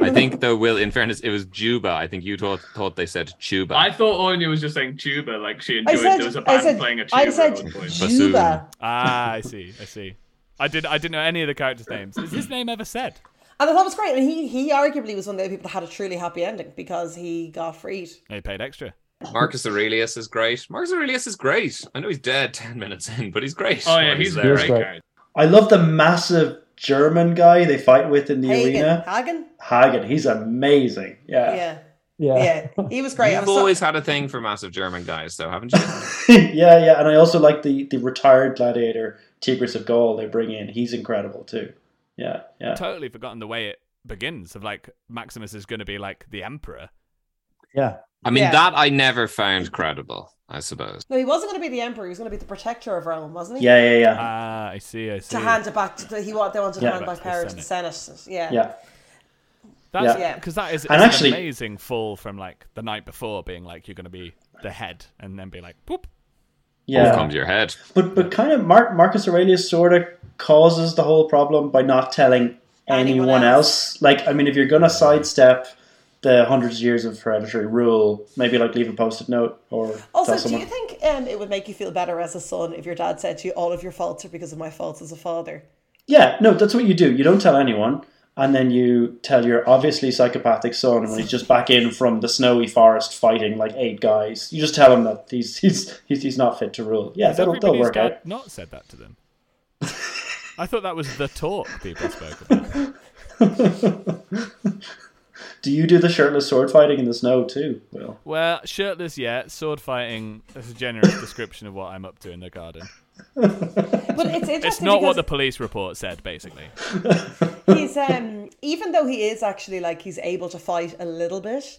I think though, Will, in fairness, it was Juba. I think you thought thought they said Chuba.
I thought Anya was just saying tuba, like she
I
enjoyed
said.
there was a
I
band
said.
playing a tuba.
I said.
at one point.
Juba.
Ah, I see. I see. I did. I didn't know any of the characters' names. Is his name ever said?
And I thought it was great. And he he arguably was one of the people that had a truly happy ending because he got freed.
He paid extra.
Marcus Aurelius is great. Marcus Aurelius is great. I know he's dead ten minutes in, but he's great.
Oh
while
yeah, he's
He
there,
was
right?
great.
guys?
I love the massive German guy they fight with in the
Hagen.
arena.
Hagen.
Hagen, he's amazing. Yeah.
Yeah.
Yeah.
Yeah. He was great. I
You've
was so-
always had a thing for massive German guys, though, haven't you?
yeah, yeah. And I also like the the retired gladiator Tigris of Gaul they bring in. He's incredible too. Yeah, yeah.
Totally forgotten the way it begins. Of like Maximus is going to be like the emperor.
Yeah.
I mean,
Yeah.
that I never found credible. I suppose.
no, he wasn't going to be the emperor. He was going to be the protector of Rome, wasn't he?
Yeah, yeah, yeah.
Ah, I see. I see.
To hand it back to the, he wanted they wanted
Yeah.
to hand back
Back to the
power to the Senate. Yeah.
Yeah.
That's
Yeah.
because that is
And
it's
actually-
an amazing fall from like the night before being like you're going to be the head and then be like boop.
You've
Yeah.
come to your head.
But but kind of Mar- Marcus Aurelius sort of causes the whole problem by not telling anyone,
Anyone
else. Like I mean, if you're gonna sidestep the hundreds of years of hereditary rule, maybe like leave a post-it note or tell
Also, do
someone.
you think um, it would make you feel better as a son if your dad said to you, "All of your faults are because of my faults as a father"?
yeah, no, that's what you do. You don't tell anyone. And then you tell your obviously psychopathic son when he's just back in from the snowy forest fighting like eight guys. You just tell him that he's he's he's, he's not fit to rule. Yeah,
Has
that'll, that'll
everybody's
work
dad
out.
not said that to them? I thought that was the talk people spoke about.
Do you do the shirtless sword fighting in the snow too, Will?
Well, shirtless, yeah. Sword fighting is a generous description of what I'm up to in the garden.
But it's interesting.
It's not what
because-
the police report said, basically.
he's um even though he is actually like he's able to fight a little bit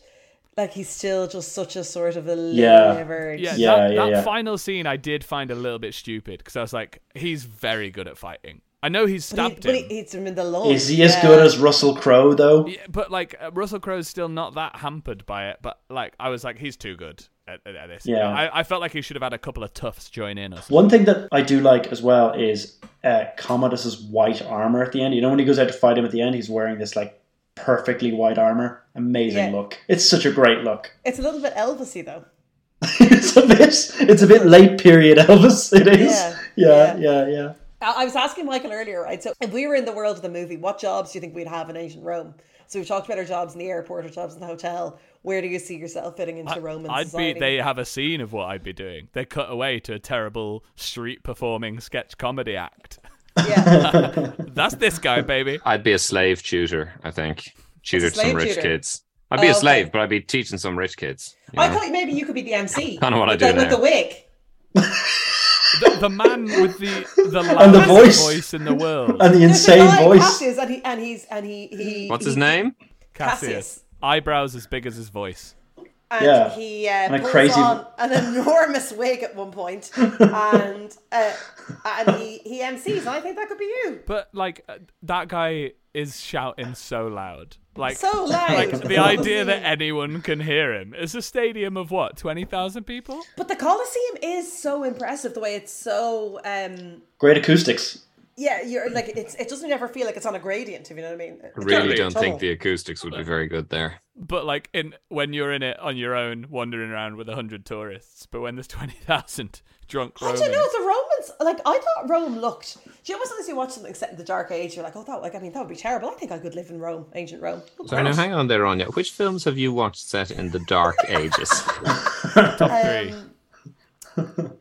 like he's still just such a sort of a
Yeah.
liver
Yeah,
Yeah,
that,
yeah,
that
yeah.
final scene I did find a little bit stupid because I was like, he's very good at fighting. I know he's
but, he,
stabbed
but
him.
he hits him in the lung
Is he as
Oh, Yeah.
good as Russell Crowe though?
Yeah, but like uh, Russell Crowe's still not that hampered by it. But like I was like, he's too good at, at, at this.
Yeah.
I, I felt like he should have had a couple of toughs join in or something.
One thing that I do like as well is uh, Commodus's white armor at the end. You know when he goes out to fight him at the end, he's wearing this like perfectly white armor. Amazing
Yeah.
look. It's such a great look.
it's a little bit elvisy though
it's a bit it's a bit late period Elvis. It is.
Yeah.
Yeah, yeah, yeah.
I I was asking Michael earlier, right? So, if we were in the world of the movie, what jobs do you think we'd have in ancient Rome? So, we've talked about our jobs in the airport, our jobs in the hotel. Where do you see yourself fitting into Roman
I'd
society?
be. They have a scene of what I'd be doing. They cut away to a terrible street performing sketch comedy act.
yeah.
That's this guy, baby.
I'd be a slave tutor, I think. Tutor to some
slave
rich
tutor?
kids. I'd be
Oh,
a
okay.
slave, but I'd be teaching some rich kids. you
I
know?
thought maybe you could be the MC.
Kinda what I
with
do
the, with
there.
the wig.
The, the man with the the
And the
loudest
voice.
voice in the world.
And the
There's a
insane
guy,
voice.
Cassius, and he and he's and he he.
What's
he-
his name?
Cassius.
Cassius.
Eyebrows as big as his voice.
And
Yeah.
he uh,
a
puts
crazy-
on an enormous wig at one point, and uh, and he he MCs. And I think that could be you.
But like uh, that guy is shouting so loud. Like
So loud.
Like the
Obviously.
idea that anyone can hear him. It's a stadium of what, twenty thousand people?
But the Colosseum is so impressive. The way it's so um
Great acoustics.
yeah, you're like it's it doesn't ever feel like it's on a gradient. If you know what I mean.
I really
Totally.
don't
Tunnel.
think the acoustics would be very good there.
But like in when you're in it on your own, wandering around with hundred tourists. But when there's twenty thousand drunk
I
Romans,
don't know. The Romans, like I thought, Rome looked. Do you know sometimes you watch something set in the Dark Age? You're like, oh, that like I mean, that would be terrible. I think I could live in Rome, ancient Rome.
Sorry, now hang on there, Anya. Which films have you watched set in the Dark Ages?
top three.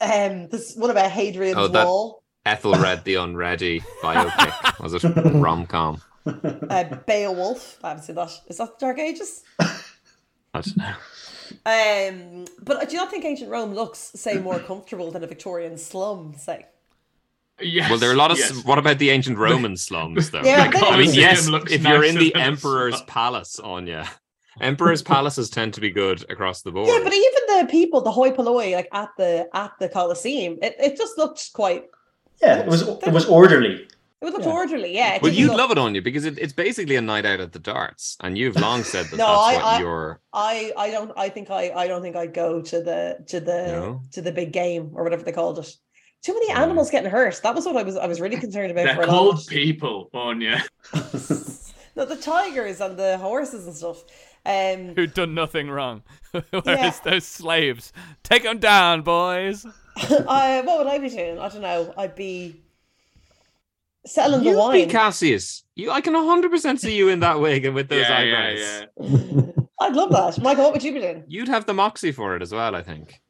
Um, this one about Hadrian's
Oh, that-
Wall,
Ethelred the Unready biopic. Was it rom com?
uh, Beowulf. I haven't seen that. Is that the Dark Ages?
I don't know.
Um, but I do not think ancient Rome looks, say, more comfortable than a Victorian slum, say.
Yes.
Well, there are a lot of.
yes.
What about the ancient Roman slums, though?
Yeah,
I mean,
Colosseum
yes,
looks
if you're in
nicer
the
than a
emperor's
slum.
palace, Anya. Emperor's palaces tend to be good across the board.
Yeah, but even the people, the hoi polloi, like at the at the Colosseum, it, it just looked quite.
Yeah, it was it was orderly.
It looked orderly, yeah. It
Well,
didn't
you'd
look-
love it, Anya, because it, it's basically a night out at the darts, and you've long said that
No, I-
that's what
I-
your
I I don't I think I I don't think I'd go to the to the
No?
to the big game or whatever they called it. Too many animals getting hurt. That was what I was I was really concerned about.
They're
for a long
called
time.
people, Anya.
no, the tigers and the horses and stuff. Um,
Who'd done nothing wrong. Whereas
Yeah.
those slaves, take them down, boys.
I, what would I be doing? I don't know. I'd be selling
You'd
the
be
wine.
Cassius. You, I can 100% see you in that wig and with those
Yeah, yeah,
eyebrows.
yeah.
I'd love that, Michael. What would you be doing?
You'd have the moxie for it as well, I think.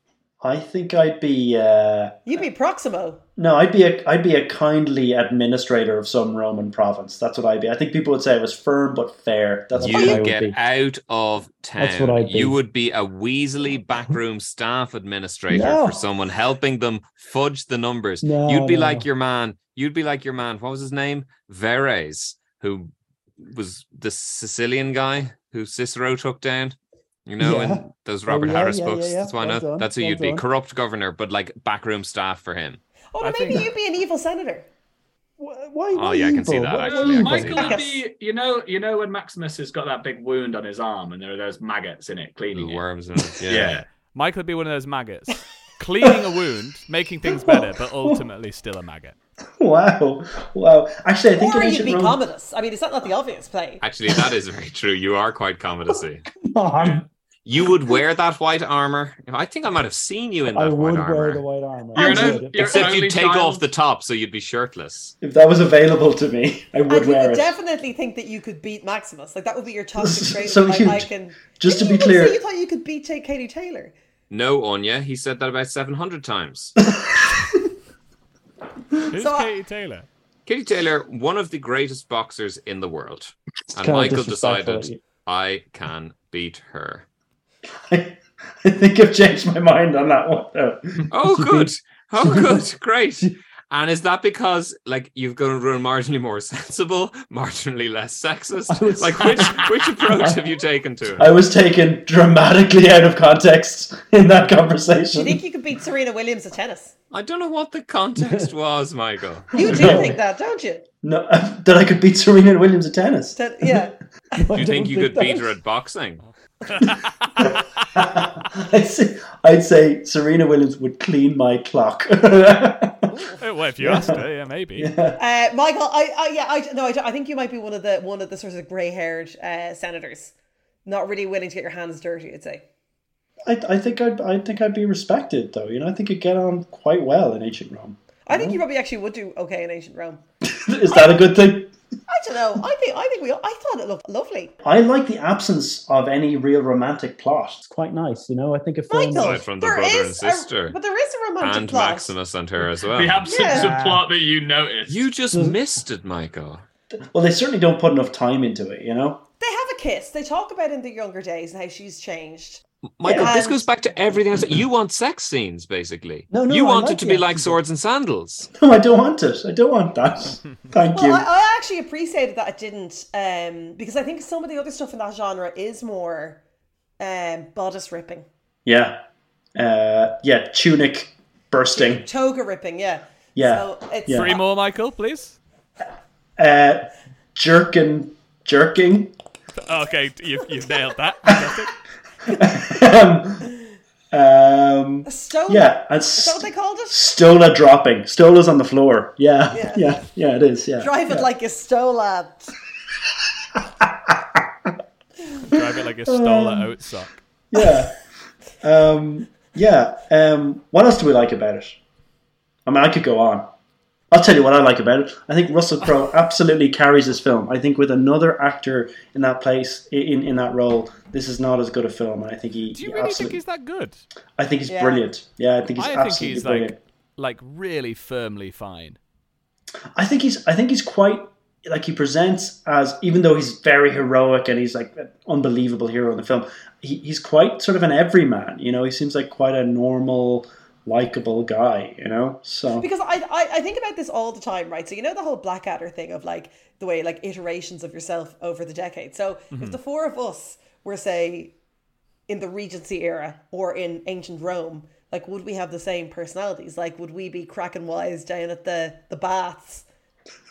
I think I'd be uh,
You'd be Proximo.
no, I'd be a I'd be a kindly administrator of some Roman province. That's what I'd be. I think people would say I was firm but fair. That's what I
You
would
get
be.
out of town.
That's what I'd be.
You would be a weaselly backroom staff administrator
No.
for someone helping them fudge the numbers.
No,
you'd be
no.
like your man. You'd be like your man. What was his name? Veres, who was the Sicilian guy who Cicero took down. You know,
Yeah. Oh,
in those Robert
yeah,
Harris
yeah,
books.
yeah, yeah.
That's why
Well
not.
done,
That's who
well
you'd be.
done.
Corrupt governor, but like backroom staff for him.
Oh,
I
maybe
think-
you'd be an evil senator.
Why, why
Oh, yeah, I can see
evil?
that,
Why- why
actually, I
evil?
can see
Michael
that.
would be, you know, you know when Maximus has got that big wound on his arm, and there are those maggots in it cleaning
Little
it.
worms. And, yeah.
Yeah.
Michael would be one of those maggots, cleaning a wound, making things better, but ultimately still a maggot.
Wow, wow. Actually, I think
Or
in
you'd
ancient
be
Rome,
Commodus. I mean, is that not the obvious play?
Actually, that is very true. You are quite Commodusy.
Mom,
You would wear that white armor. I think I might have seen you in that
I would
white
wear
armor.
the white armor.
You're
I
an
would.
o- you're-
Except
only
you'd take
child.
off the top, so you'd be shirtless.
if that was available to me, I would
And you
wear
would
it.
definitely think that you could beat Maximus. Like that would be your toxic trait.
So
like,
huge.
I can.
Just to
You
be
would
clear-
say you thought you could beat J. Katie Taylor.
No, Anya, he said that about 700 times.
Who's
So I-
Katie Taylor?
Katie Taylor, one of the greatest boxers in the world. And
kinda
Michael
disrespectful.
decided, I can beat her.
I, I think I've changed my mind on that one though.
Oh,
She
good.
beat-
Oh,
she
good. Great. And is that because like you've gone run marginally more sensible, marginally less sexist?
I was-
Like which which approach have you taken to it?
I was taken dramatically out of context in that
Do you
conversation.
think you could beat Serena Williams at tennis?
I don't know what the context was, Michael.
You do
No.
think that, don't you?
No, that I could beat Serena Williams at tennis.
That- yeah.
Do you think you could beat her at boxing?
I'd say, I'd say Serena Williams would clean my clock. yeah.
Eh, Well, if you asked her, yeah, maybe.
Uh, Michael, I, I yeah, I no, I, don't- I think you might be one of the one of the sort of grey-haired uh, senators, not really willing to get your hands dirty. I'd say.
I, I think I'd I think I'd be respected though. You know, I think you'd get on quite well in ancient Rome.
I think
Oh.
you probably actually would do okay in ancient Rome.
Is that a good thing?
I don't know. I think I think we. I thought it looked lovely.
I like the absence of any real romantic plot.
Quite nice, you know. I think a film.
Michael,
Aside from the
there
brother and
is
sister.
a, but there is a romantic
And
plot.
Maximus and her as well.
The absence
Yeah.
of plot that you noticed.
You just
Mm.
missed it, Michael.
Well, they certainly don't put enough time into it. You know,
They have a kiss. They talk about in the younger days and how she's changed.
Michael, this
And-
goes back to everything I said. You want sex scenes, basically.
No, no,
you
I
want
like
it to
the
be like
absence of-
swords and sandals.
no, I don't want it. I don't want that. Thank
Well,
you.
I, I actually appreciated that it didn't, um, because I think some of the other stuff in that genre is more um, bodice ripping,
Yeah, uh, yeah. Tunic bursting.
toga ripping, yeah.
Yeah.
So it's
Yeah.
Three more, Michael, please.
Uh, jerkin, jerking.
Okay, you've, you've nailed that. Fantastic.
um, um,
a stone.
yeah, and
Oh, Is that what they called it?
Stola dropping. Stola's on the floor. Yeah, yeah, yeah, it is. Yeah.
Drive it like a stola.
Drive it like a stola oat sock.
yeah. Um, yeah. Um, what else do we like about it? I mean, I could go on. I'll tell you what I like about it. I think Russell Crowe absolutely carries this film. I think with another actor in that place, in, in that role, this is not as good a film. And I think he,
Do you
he
really think
absolutely.
he's that good?
I think he's
Yeah.
brilliant. Yeah, I think he's
I think
absolutely
he's
brilliant.
like like really firmly fine.
I think he's I think he's quite like he presents as even though he's very heroic and he's like an unbelievable hero in the film, he, he's quite sort of an everyman. You know, he seems like quite a normal, likable guy. You know, so
Because I, I, I think about this all the time, right? So you know the whole Blackadder thing of like the way like iterations of yourself over the decade. So
Mm-hmm.
if the four of us were say in the Regency era or in ancient Rome, like would we have the same personalities? Like would we be cracking wise down at the the baths?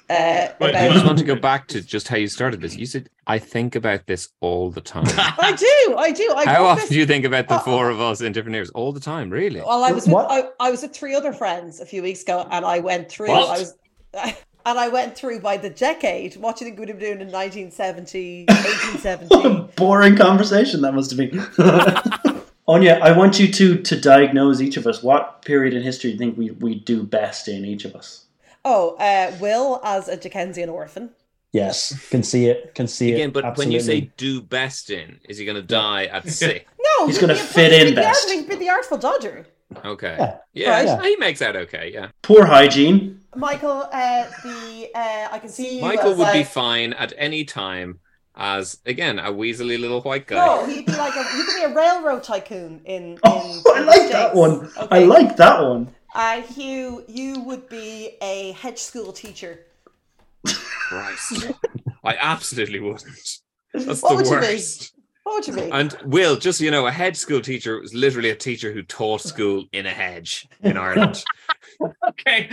Uh,
Wait,
I
about-
just want to go back to just how you started this. You said, I think about this all the time.
I do, I do. I
how
wrote
often
this- Oh,
do you think about the four of us in different years? All the time, really?
Well, I was with
What?
I, I was with three other friends a few weeks ago, and I went through.
What?
I was, and I went through by the decade. What do you think we'd have been doing in 1970, 1870?
boring conversation that must have been. Onya, I want you to to diagnose each of us. What period in history do you think we we do best in each of us?
oh, uh, Will as a Dickensian orphan.
Yes, can see it. Can see
Again,
it.
but when you say
absolutely.
do best in, is he going to die at six?
No,
He's
he'd
gonna
be a-
fit
he'd
in
be the-
best.
He'd be the Artful Dodger.
Okay.
Yeah.
Yeah.
Right.
He makes out okay. Yeah.
Poor hygiene.
Michael, uh, the uh, I can see you.
Michael
as
would be
like-
fine at any time as, again, a weaselly little white guy.
No, he'd be like a, he could be a railroad tycoon in.
Oh,
in
I
in
like
the
that
States.
one. I
Okay.
like that one.
Uh, Hugh, you would be a hedge school teacher.
Christ. I absolutely wouldn't. That's
What
the
would you be?
worst.
What would you be?
And Will, just so you know, a hedge school teacher was literally a teacher who taught school in a hedge in Ireland.
okay.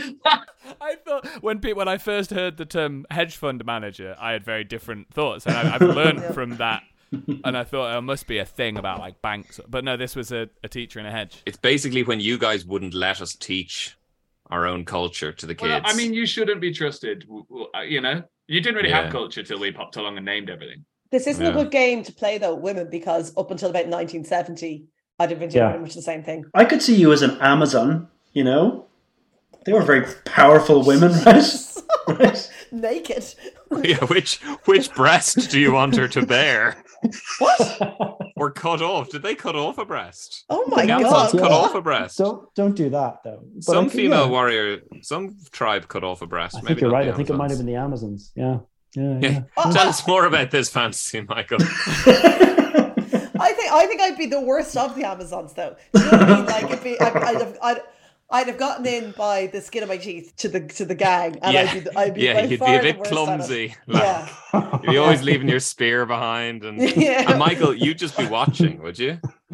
I thought when pe- when I first heard the term hedge fund manager, I had very different thoughts, and I, I've learned from that. And I thought oh, it must be a thing about like banks, but no, this was a, a teacher in a hedge.
it's basically when you guys wouldn't let us teach our own culture to the kids.
Well, I mean, you shouldn't be trusted. w- w- uh, You know, you didn't really
Yeah.
have culture till we popped along and named everything.
This isn't a
Yeah.
good game to play though, women, because up until about 1970, I'd have been doing
Yeah.
pretty much the same thing.
I could see you as an Amazon, you know? They were very powerful women, right? right?
naked.
yeah, which which breast do you want her to bear
What?
or cut off? Did they cut off a breast?
Oh my
Yeah,
god!
Amazons cut
yeah.
off a breast.
don't don't do that though. But
some
I think-
female
yeah.
warrior, some tribe cut off a breast.
I
Maybe
think you're
not
right.
the
I think it might have been
Amazons.
the Amazons. Yeah, yeah,
Yeah.
yeah.
Tell us more about this fantasy, Michael.
I think I think I'd be the worst of the Amazons though. Do you know what I mean? Like it'd be, I'd, I'd have I'd, I'd have gotten in by the skin of my teeth to the to the gang, and I'd be, the- I'd be
yeah,
by
you'd be
far
a
the
bit
worst at it.
clumsy.
Yeah,
You're always leaving your spear behind, and,
Yeah.
and Michael, you'd just be watching, would you?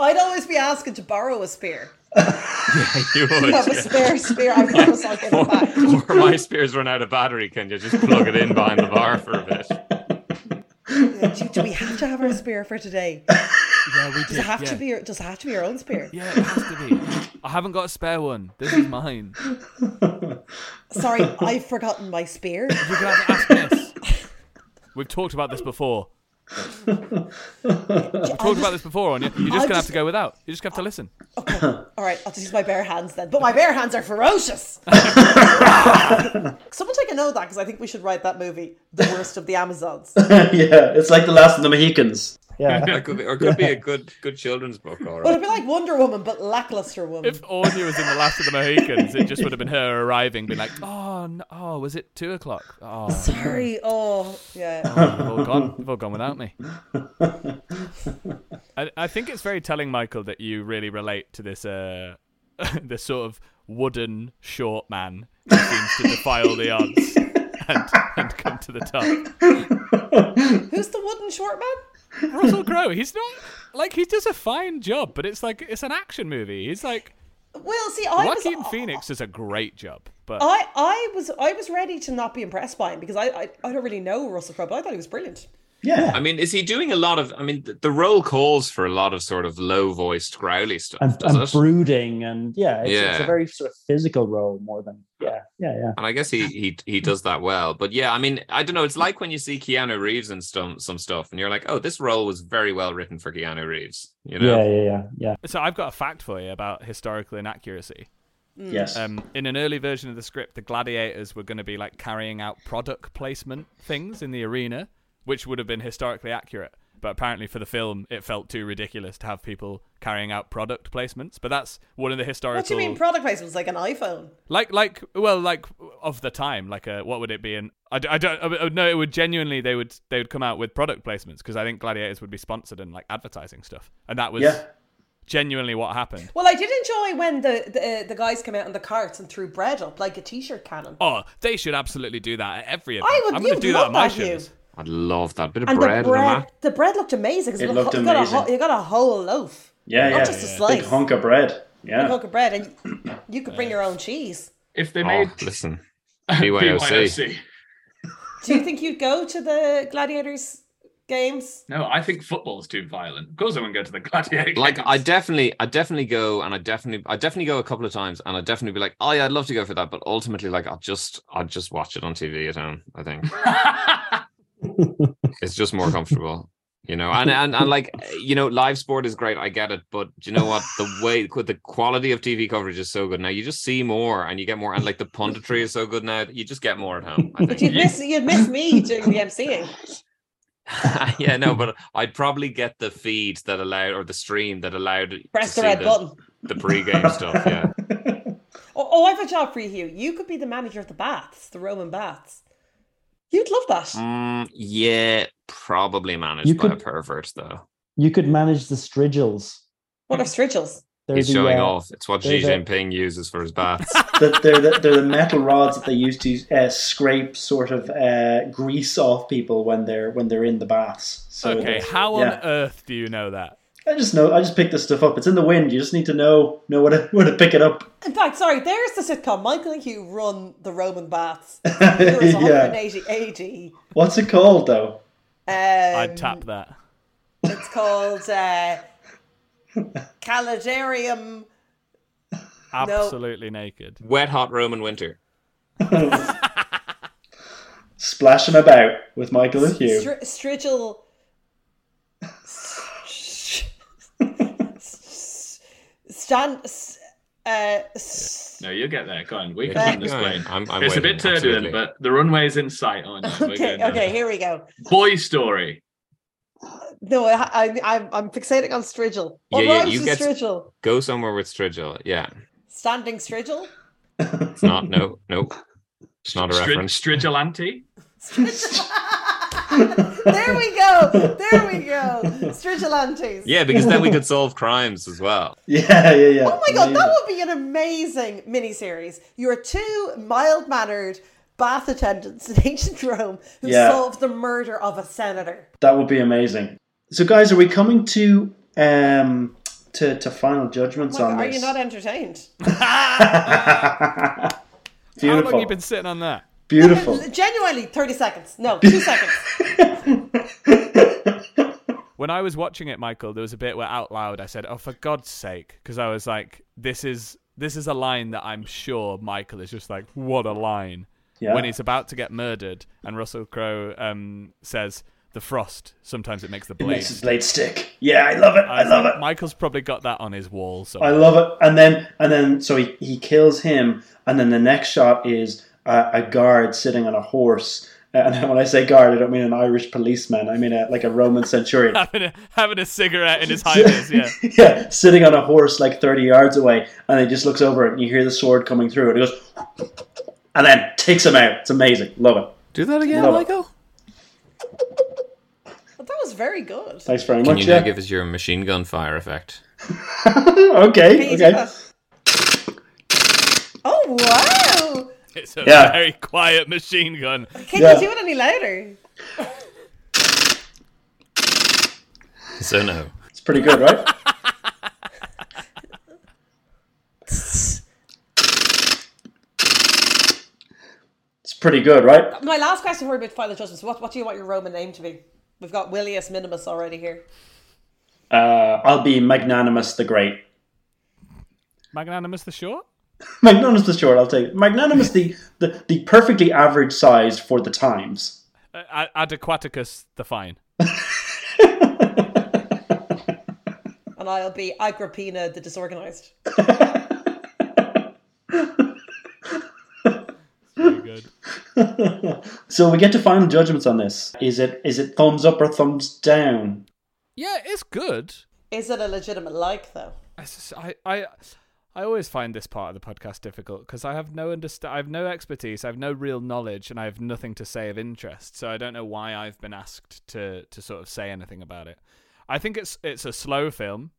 I'd always be asking to borrow a spear.
Yeah, you
Do
would.
you have a
yeah.
spare spear? I promise I'll give it back.
or, or my spear's run out of battery. Can you just plug it in behind the bar for a bit?
Yeah, Do, do we have to have our spear for today?
Yeah, we did.
Does it have
yeah.
to be? your- Does it have to be our own spear?
Yeah, it has to be. I haven't got a spare one. This is mine. You
Sorry, I've forgotten my spear.
can have it ask this. We've talked about this before. We've talked about this before, Anya. You're
I
just gonna have
just-
to go without. You're just gonna have to listen.
All right, I'll just use my bare hands then. But my bare hands are ferocious. Someone take a note of that because I think we should write that movie, The Worst of the Amazons.
yeah, it's like the last of the Mohicans.
yeah.
That could be, or could be a good good children's book, all
But
right.
it'd be like Wonder Woman, but lackluster woman.
If Anya was in the Last of the Mohicans, it just would have been her arriving, being like, "Oh, no, oh, was it two o'clock? Oh,
Sorry, oh yeah.
they've all gone. They've all gone without me." I, I think it's very telling, Michael, that you really relate to this uh, this sort of wooden short man who seems to defile the odds and, and come to the top.
Who's the wooden short man?
Russell Crowe, he's not like he does a fine job, but it's like it's an action movie. He's like
Well, see, I
Joaquin
was
Phoenix does a great job, but
I, I was I was ready to not be impressed by him because I I, I don't really know Russell Crowe, but I thought he was brilliant.
I
Yeah.
mean, is he doing a lot of? I mean, the, the role calls for a lot of sort of low voiced, growly stuff,
And,
does
and
it?
brooding and yeah it's, it's
Yeah.
a very sort of physical role more than yeah yeah yeah
and I guess he, he he does that well. But yeah, I mean, I don't know. It's like when you see Keanu Reeves and some some stuff, and you're like, oh, this role was very well written for Keanu Reeves. You know,
yeah yeah yeah yeah
So I've got a fact for you about historical inaccuracy.
Mm.
Yes.
Um, in an early version of the script, the gladiators were going to be like carrying out product placement things in the arena, which would have been historically accurate. But apparently, for the film, it felt too ridiculous to have people carrying out product placements. But that's one of the historical,
What do you mean product placement? It's like an iPhone.
like, like, well, like of the time, like, a, what would it be? And I, d- I don't, I, I- no, it would genuinely they would they would come out with product placements because I think gladiators would be sponsored and like advertising stuff, and that was
yeah.
genuinely what happened.
Well, I did enjoy when the the, uh, the guys came out on the carts and threw bread up like a t-shirt cannon.
Oh, they should absolutely do that at every event.
I would-
I'm
you
going to
would
do that at
love
my
that, Hugh.
shows.
I'd love that bit of
And
bread,
the
and a
bread,
map.
the bread looked amazing. 'cause
It
was
looked
you Got a
amazing.
whole, you got a whole loaf,
Yeah,
not
yeah.
just a
Big
slice.
hunk of bread.
a
Yeah.
hunk of bread, and you- you could bring your own cheese.
If they
Oh,
made
listen, BYOC.
BYOC.
Do you think you'd go to the gladiators games?
No, I think football's too violent. Of course, I wouldn't go to the gladiator.
like
games.
I definitely, I definitely go, and I definitely, I definitely go a couple of times, and I definitely be like, oh yeah, I'd love to go for that, but ultimately, like, I'll just, I'll just watch it on TV at home. I think it's just more comfortable, you know. And and and like, you know, live sport is great. I get it, but do you know what? The way, the quality of TV coverage is so good now. You just see more, and you get more, and like the punditry is so good now. that You just get more at home. I
But you'd
think.
Mm-hmm.
miss you'd miss me doing the emceeing.
yeah, no, but I'd probably get the feed that allowed, or the stream that allowed. to
Press the
see
red button.
The pre-game stuff, yeah.
Oh, oh, I've a job for you, Hugh. You could be the manager of the baths, the Roman baths. You'd love that.
Mm-hmm.
Mm, yeah, probably managed
You
by
could-
a pervert though.
you could manage the strigils
What are strigils?
They're
He's
the,
showing
uh,
off. It's what Xi
there's a-
Jinping uses for his baths.
That they're the, they're the metal rods that they use to uh, scrape sort of uh, grease off people when they're when they're in the baths. So
Okay,
that-
how on
yeah.
earth do you know that?
I just know. I just picked this stuff up. It's in the wind. You just need to know know where to, where to pick it up.
In fact, sorry, there's the sitcom. Michael and Hugh run the Roman baths. There is
Yeah.
180
What's it called though?
AD. Um,
I'd tap that.
It's called uh, Calidarium.
Absolutely naked.
Wet hot Roman winter.
Splashing about with Michael and Hugh.
Str- Strigil. Stand. s- Uh, s-
No, you'll get there. Go on. We
Yeah,
can
keep
on this
going.
plane.
I'm, I'm
it's a
waiting,
bit turbulent,
absolutely.
but the runway's in sight, aren't you? We're
Okay,
going down.
okay, here we go.
Boy story.
No, I, I, I'm, I'm fixating on Strigil.
Yeah,
What
yeah,
rhymes
you
with
get-
Strigil?
Go somewhere with Strigil. Yeah.
Standing Strigil?
It's not. No. Nope. It's not a
Strid-
reference.
Strigilante.
there we go. There we go. Strigilantes.
Yeah, because then we could solve crimes as well.
Yeah, yeah, yeah.
Oh my god,
Amazing.
that would be an amazing miniseries. You are two mild mannered bath attendants in ancient Rome who
Yeah.
solve the murder of a senator.
That would be amazing. So, guys, are we coming to um to, to final judgments
Like,
on
are
this?
you not entertained?
How long
beautiful,
have you been sitting on that?
beautiful.
Genuinely, 30 seconds. No, two seconds.
When I was watching it, Michael, there was a bit where out loud I said, "Oh, for God's sake," because I was like, "This is this is a line that I'm sure Michael is just like, what a line."
Yeah.
When he's about to get murdered, and Russell Crowe um, says, "The frost sometimes it makes the
It makes
blades."
his blade stick. Yeah, I love it. I,
was
love
like,
it.
Michael's probably got that on his wall. So
I love it. And then and then so he, he kills him, and then the next shot is a, a guard sitting on a horse. And when I say guard, I don't mean an Irish policeman. I mean a, like a Roman centurion.
having a, having a cigarette in his high vis, yeah.
yeah, sitting on a horse like 30 yards away, and he just looks over and you hear the sword coming through, and he goes, and then takes him out. It's amazing. Love it.
Do that again,
Love it.
Michael.
But that was very good.
Thanks very
Can
much.
you now
Yeah.
give us your machine gun fire effect?
okay,
Can you do
okay.
that? Uh, Oh, wow.
It's a
Yeah.
very quiet machine gun.
Can
Yeah.
you do it any louder?
So no.
It's pretty good, right? it's pretty good, right?
My last question for you about Final Judgments what, what do you want your Roman name to be? We've got Willius Minimus already here.
Uh, I'll be Magnanimous the Great.
Magnanimous the short.
Magnanimous the Short, I'll take it. Magnanimous the, the, the perfectly average sized for the times.
Uh, Ad- Adequaticus the fine.
And I'll be Agrippina the Disorganized.
Very good.
So we get to final judgments on this. Is it is it thumbs up or thumbs down?
Yeah, it's good.
Is it a legitimate like, though?
It's just- I, I, I always find this part of the podcast difficult because I have no understa- I have no expertise, I have no real knowledge, and I have nothing to say of interest. So I don't know why I've been asked to to sort of say anything about it. I think it's it's a slow film.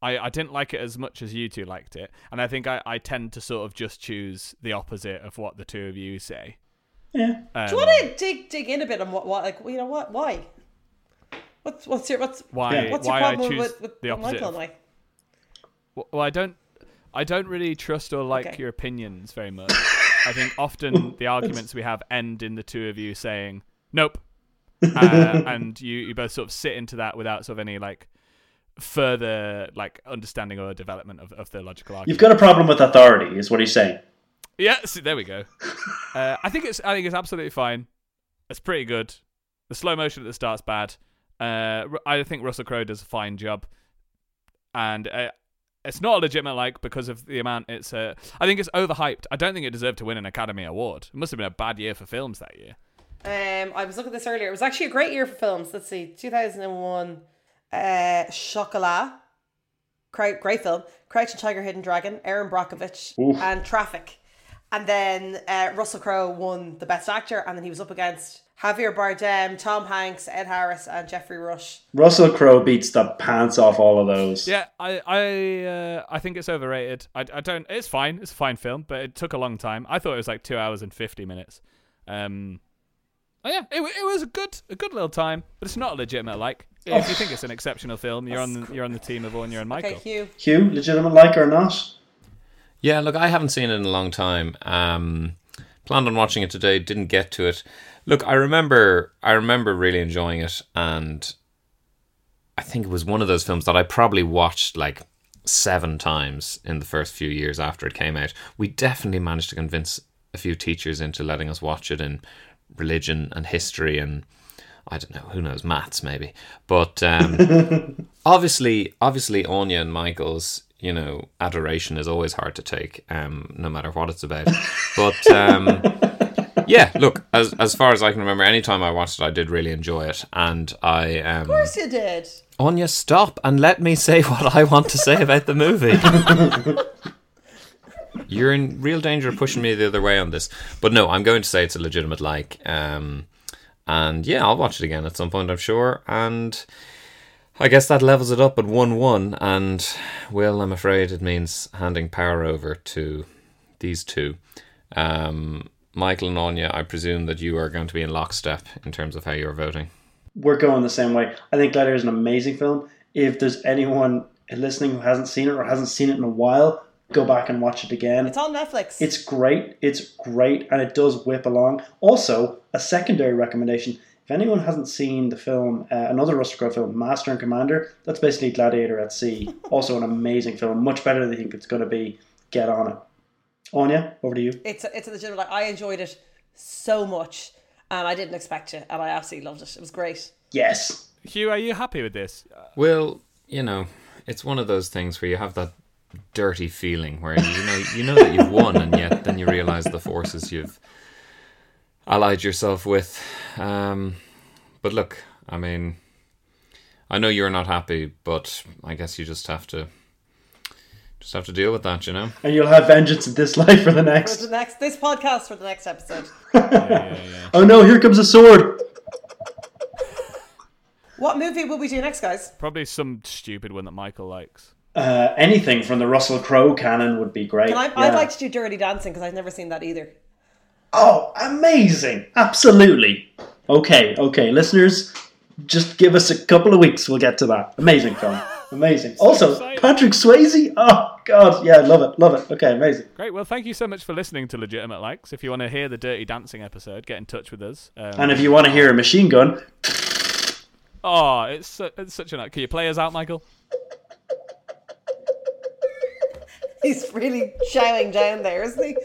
I, I didn't like it as much as you two liked it, and I think I, I tend to sort of just choose the opposite of what the two of you say.
Yeah.
Um,
Do you want to dig dig in a bit on what, what like you know what why? What's what's your what's
why
Yeah.
what's
why
your
I
problem
choose
with, with
the opposite?
Michael
of-
and I?
Well, well, I don't, I don't really trust or like
Okay.
your opinions very much. I think often the arguments we have end in the two of you saying nope, uh, and you you both sort of sit into that without sort of any like further like understanding or development of, of the logical argument.
You've got a problem with authority, is what he's saying.
Yeah, see, there we go. Uh, I think it's I think it's absolutely fine. It's pretty good. The slow motion at the start's bad. Uh, Ru- I think Russell Crowe does a fine job, and uh, it's not a legitimate like because of the amount it's. Uh, I think it's overhyped. I don't think it deserved to win an Academy Award. It must have been a bad year for films that year.
Um, I was looking at this earlier. It was actually a great year for films. Let's see, two thousand and one, uh, Chocolat, great, great film. Crouching Tiger, Hidden Dragon, Aaron Brockovich, and Traffic, and then uh, Russell Crowe won the best actor, and then he was up against Javier Bardem, Tom Hanks, Ed Harris, and Jeffrey Rush.
Russell Crowe beats the pants off all of those.
Yeah, I I uh, I think it's overrated. I, I don't. It's fine. It's a fine film, but it took a long time. I thought it was like two hours and fifty minutes. Um, oh yeah, it, wa- it was a good a good little time, but it's not a legitimate like. If you think it's an exceptional film, you're on the, you're on the team of Ornia and Michael.
Okay, Hugh.
Hugh, legitimate like or not?
Yeah, look, I haven't seen it in a long time. Um, planned on watching it today, didn't get to it. Look, I remember, I remember really enjoying it, and I think it was one of those films that I probably watched like seven times in the first few years after it came out. We definitely managed to convince a few teachers into letting us watch it in religion and history and I don't know, who knows, maths maybe. But um, obviously, obviously, Anya and Michael's you know, adoration is always hard to take, um, no matter what it's about. But um, yeah, look, as as far as I can remember, any time I watched it, I did really enjoy it, and I um,
Of course you did.
Anya, stop and let me say what I want to say about the movie. You're in real danger of pushing me the other way on this. But no, I'm going to say it's a legitimate like. Um, and yeah, I'll watch it again at some point, I'm sure. And I guess that levels it up at 1 1. And, well, I'm afraid it means handing power over to these two. Um, Michael and Anya, I presume that you are going to be in lockstep in terms of how you're voting.
We're going the same way. I think Gladiator is an amazing film. If there's anyone listening who hasn't seen it or hasn't seen it in a while, go back and watch it again.
It's on Netflix.
It's great. It's great, and it does whip along. Also, a secondary recommendation: if anyone hasn't seen the film, uh, another Russell Crowe film, Master and Commander, that's basically Gladiator at sea. also, an amazing film, much better than you think it's going to be. Get on it. Anya, over to you.
it's a, it's a legitimate. Like, I enjoyed it so much, and I didn't expect it, and I absolutely loved it. It was great.
Yes.
Hugh, are you happy with this?
Well, you know, it's one of those things where you have that dirty feeling where you know you know that you've won, and yet then you realise the forces you've allied yourself with. Um, but look, I mean, I know you're not happy, but I guess you just have to just have to deal with that, you know.
And you'll have vengeance in this life for the
For the
next.
next this podcast for the next episode.
Oh no! Here comes a sword.
What movie will we do next, guys?
Probably some stupid one that Michael likes.
Uh, anything from the Russell Crowe canon would be great.
Can I?
Yeah.
I'd like to do Dirty Dancing because I've never seen that either.
Oh, amazing! Absolutely. Okay, okay, listeners, just give us a couple of weeks. We'll get to that. Amazing film. Amazing. Also, Patrick Swayze. Oh God, yeah, love it, love it. Okay, amazing.
Great. Well, thank you so much for listening to Legitimate Likes. If you want to hear the Dirty Dancing episode, get in touch with us. Um,
And if you want to hear a machine gun,
oh, it's, su- it's such an. Can you play us out, Michael?
He's really shouting down there, isn't he?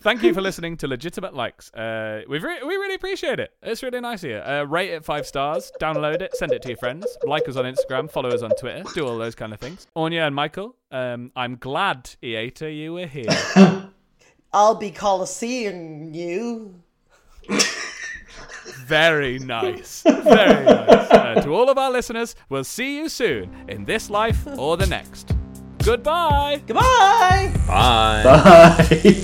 Thank you for listening to Legitimate Likes. Uh, we've re- we really appreciate it. It's really nice of you. Uh, rate it five stars, download it, send it to your friends, like us on Instagram, follow us on Twitter, do all those kind of things. Anya and Michael, um, I'm glad, Eata, you were here.
I'll be coliseeing you.
Very nice. Very nice. Uh, to all of our listeners, we'll see you soon in this life or the next. Goodbye.
Goodbye.
Bye.
bye.